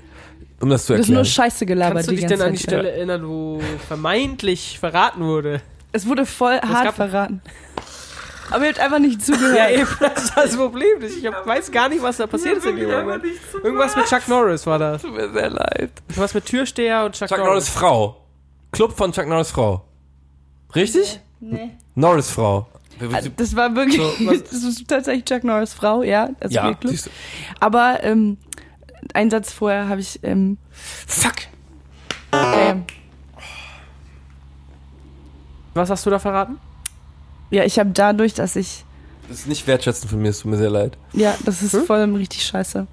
um das zu
das ist nur
erklären.
Scheiße gelabert.
Kannst du
die
dich
ganze
denn an die
Zeit.
Stelle erinnern, wo vermeintlich verraten wurde?
Es wurde voll hart
gab-
verraten. Aber ihr habt einfach nicht zugehört.
Ja, eben, das ist das Problem. Ich hab, weiß gar nicht, was da passiert ist in dem Moment. Irgendwas mit Chuck Norris war das.
Tut mir sehr leid.
Irgendwas mit Türsteher und Chuck,
Chuck Norris
Norris.
Frau. Club von Chuck Norris Frau. Richtig?
Nee. Ah,
Norris Frau.
Das war wirklich,
Also, So, was-
das ist tatsächlich Chuck Norris Frau, ja. Also
Ja,
ihr Glück.
siehst du.
Aber ähm, einen Satz vorher habe ich. Ähm,
Fuck!
ähm,
Was hast du da verraten?
ja, ich habe dadurch, dass ich.
das ist nicht wertschätzend von mir, es tut mir sehr leid.
Ja, das ist
Hm?
voll richtig scheiße.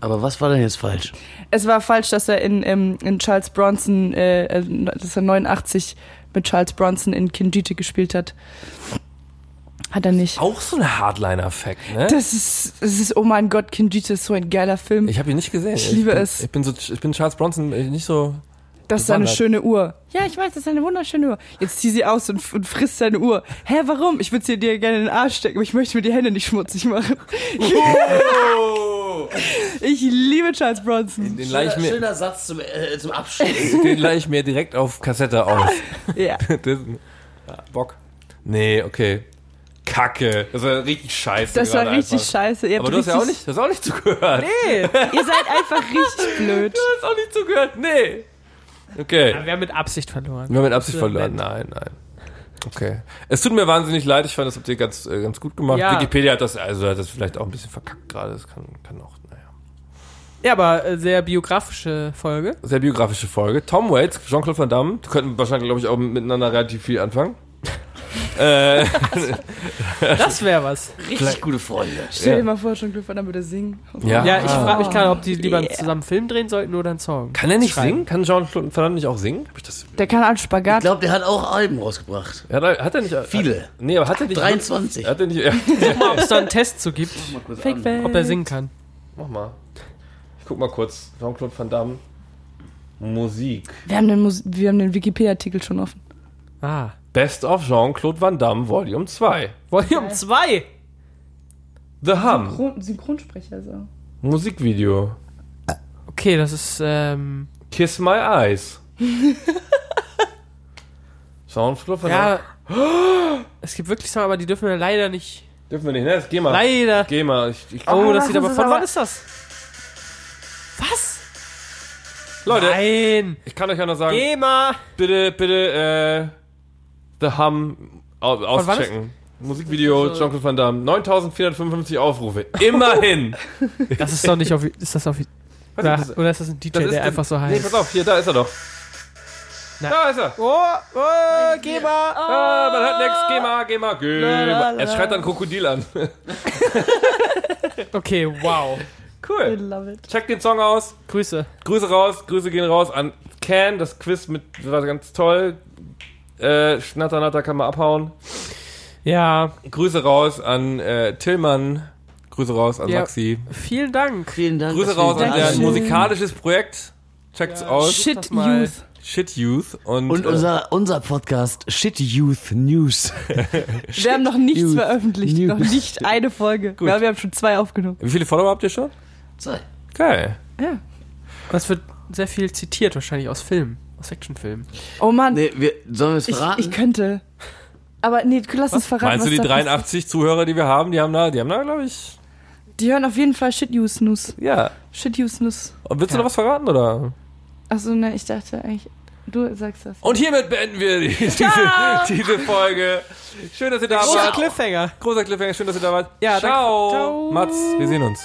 Aber was war denn jetzt falsch?
Es war falsch, dass er in, ähm, in Charles Bronson, äh, äh, dass er 89 mit Charles Bronson in Kinjite gespielt hat. Hat er nicht.
Auch so ein Hardliner-Fact, ne?
Das ist, das ist, oh mein Gott, Kinjite ist so ein geiler Film.
ich habe ihn nicht gesehen.
Ich liebe
bin,
es.
Ich bin, so, ich bin Charles Bronson äh, nicht so.
Das ist eine
bewandert.
schöne Uhr. Ja, ich weiß, das ist eine wunderschöne Uhr. Jetzt zieh sie aus und, f- und frisst deine Uhr. Hä, warum? Ich würde sie dir gerne in den Arsch stecken, aber ich möchte mir die Hände nicht schmutzig machen. Ich liebe Charles Bronson.
Den leih ich mir,
Satz zum, äh, zum Abschluss.
den leih ich mir direkt auf Kassette aus.
Ja.
Das, ja, Bock. Nee, okay. Kacke. Das war richtig scheiße.
Das war
gerade
richtig
einfach.
scheiße. Ihr habt
Aber du hast ja auch
richtig-
nicht, du hast auch nicht zugehört. Nee.
Ihr seid einfach richtig blöd.
Du hast auch nicht zugehört. Nee. Okay.
Wir haben mit Absicht verloren.
Wir haben mit Absicht
Ja,
verloren. Nein, nein. Okay. Es tut mir wahnsinnig leid. Ich fand, das habt ihr ganz, äh, ganz gut gemacht.
Ja.
Wikipedia hat das, also hat das vielleicht auch ein bisschen verkackt gerade. Das kann, kann auch, naja.
Ja, aber äh, sehr biografische Folge.
Sehr biografische Folge. Tom Waits, Jean-Claude Van Damme, die könnten wahrscheinlich, glaube ich, auch miteinander relativ viel anfangen. äh,
Das wäre was.
Richtig gute Freunde.
Stell
Ja.
dir mal vor, schon Glück, dann würde er singen.
ja.
Ja, ich frage mich gerade, ob die
Ah,
lieber
yeah.
zusammen einen Film drehen sollten oder einen Song.
Kann er nicht
Schreiben.
singen? Kann Jean-Claude Van Damme nicht auch singen? Hab ich das,
Der kann als
Ich
Spagat.
glaube, der hat auch Alben rausgebracht.
hat, er, hat er nicht.
Viele.
Nee, aber hat er nicht.
23.
Hat er nicht. Ja,
Guck mal, ob es da einen Test zu gibt,
ähm,
Fake Welt.
ob er singen kann.
mach mal. Ich guck mal kurz. Jean-Claude Van Damme. Musik.
Wir haben den, Mus- wir haben den Wikipedia-Artikel schon offen.
Ah.
Best of Jean-Claude Van Damme, Volume 2.
Volume 2.
The Hum.
Synchronsprecher so.
Musikvideo.
Okay, das ist, ähm,
Kiss My Eyes. Jean-Claude Van Damme.
ja. Es gibt wirklich Songs, aber die dürfen wir leider nicht.
Dürfen wir nicht, ne? Das geh mal.
Leider.
Geh mal. Ich, ich,
Oh, das
das
sieht aber
ist
von
aber-
wann ist das? Was?
Leute,
Nein.
ich kann euch ja noch sagen,
GEMA.
bitte, bitte, äh, The Hum au-
wann Also-
auschecken. Musikvideo, Jean-Claude Van Damme. 9455 Aufrufe. Immerhin.
Das ist doch nicht auf. Ist das auf. Oder,
ist das?
oder ist das ein DJ,
Das ist
der einfach so
Nee,
heißt?
pass auf, hier, da ist er doch.
Na.
Da ist er.
Oh, oh, GEMA.
Ah, man hat nix. Geh mal, geh mal, geh mal. Er schreit dann Krokodil an.
Okay, wow.
I
Cool.
love it.
Check den Song aus.
Grüße.
Grüße raus, Grüße gehen raus an Can, das Quiz mit war ganz toll. Äh, Schnatternatter kann man abhauen.
Ja,
Grüße raus an äh, Tillmann. Grüße raus an
Ja.
Maxi.
vielen Dank.
Vielen Dank.
Grüße
dass wir
raus an
da
deren
Dankeschön.
sind.
musikalisches Projekt. Checkt's aus.
Shit
Shit
mal.
Youth.
Shit Youth. Und, äh,
Und unser, unser Podcast Shit Youth News.
Wir haben noch nichts
Youth.
veröffentlicht.
Youth.
Noch nicht eine Folge. Ja, wir haben schon zwei aufgenommen.
äh, wie viele Follower habt ihr schon?
Zwei.
Geil.
Das wird sehr viel zitiert, wahrscheinlich aus Filmen. Aus Actionfilmen.
Oh Mann,
Nee, wir, sollen wir es
ich,
verraten?
ich könnte. Aber nee, lass uns verraten.
Meinst du,
was
die
da
83 Zuhörer, die wir haben, die haben da, die haben da, glaube ich,
passiert. Die hören auf jeden Fall Shit Youth News.
ja.
Shit Youth News.
Und willst
Ja.
du noch was verraten, oder?
Achso, ne, ich dachte eigentlich, du sagst das.
Und hiermit beenden wir die, diese, diese Folge. Schön, dass ihr da
Großer
wart.
Cliffhanger.
Großer Cliffhanger, schön, dass ihr da wart.
Ja, danke.
Ciao.
Ciao.
Mats, wir sehen uns.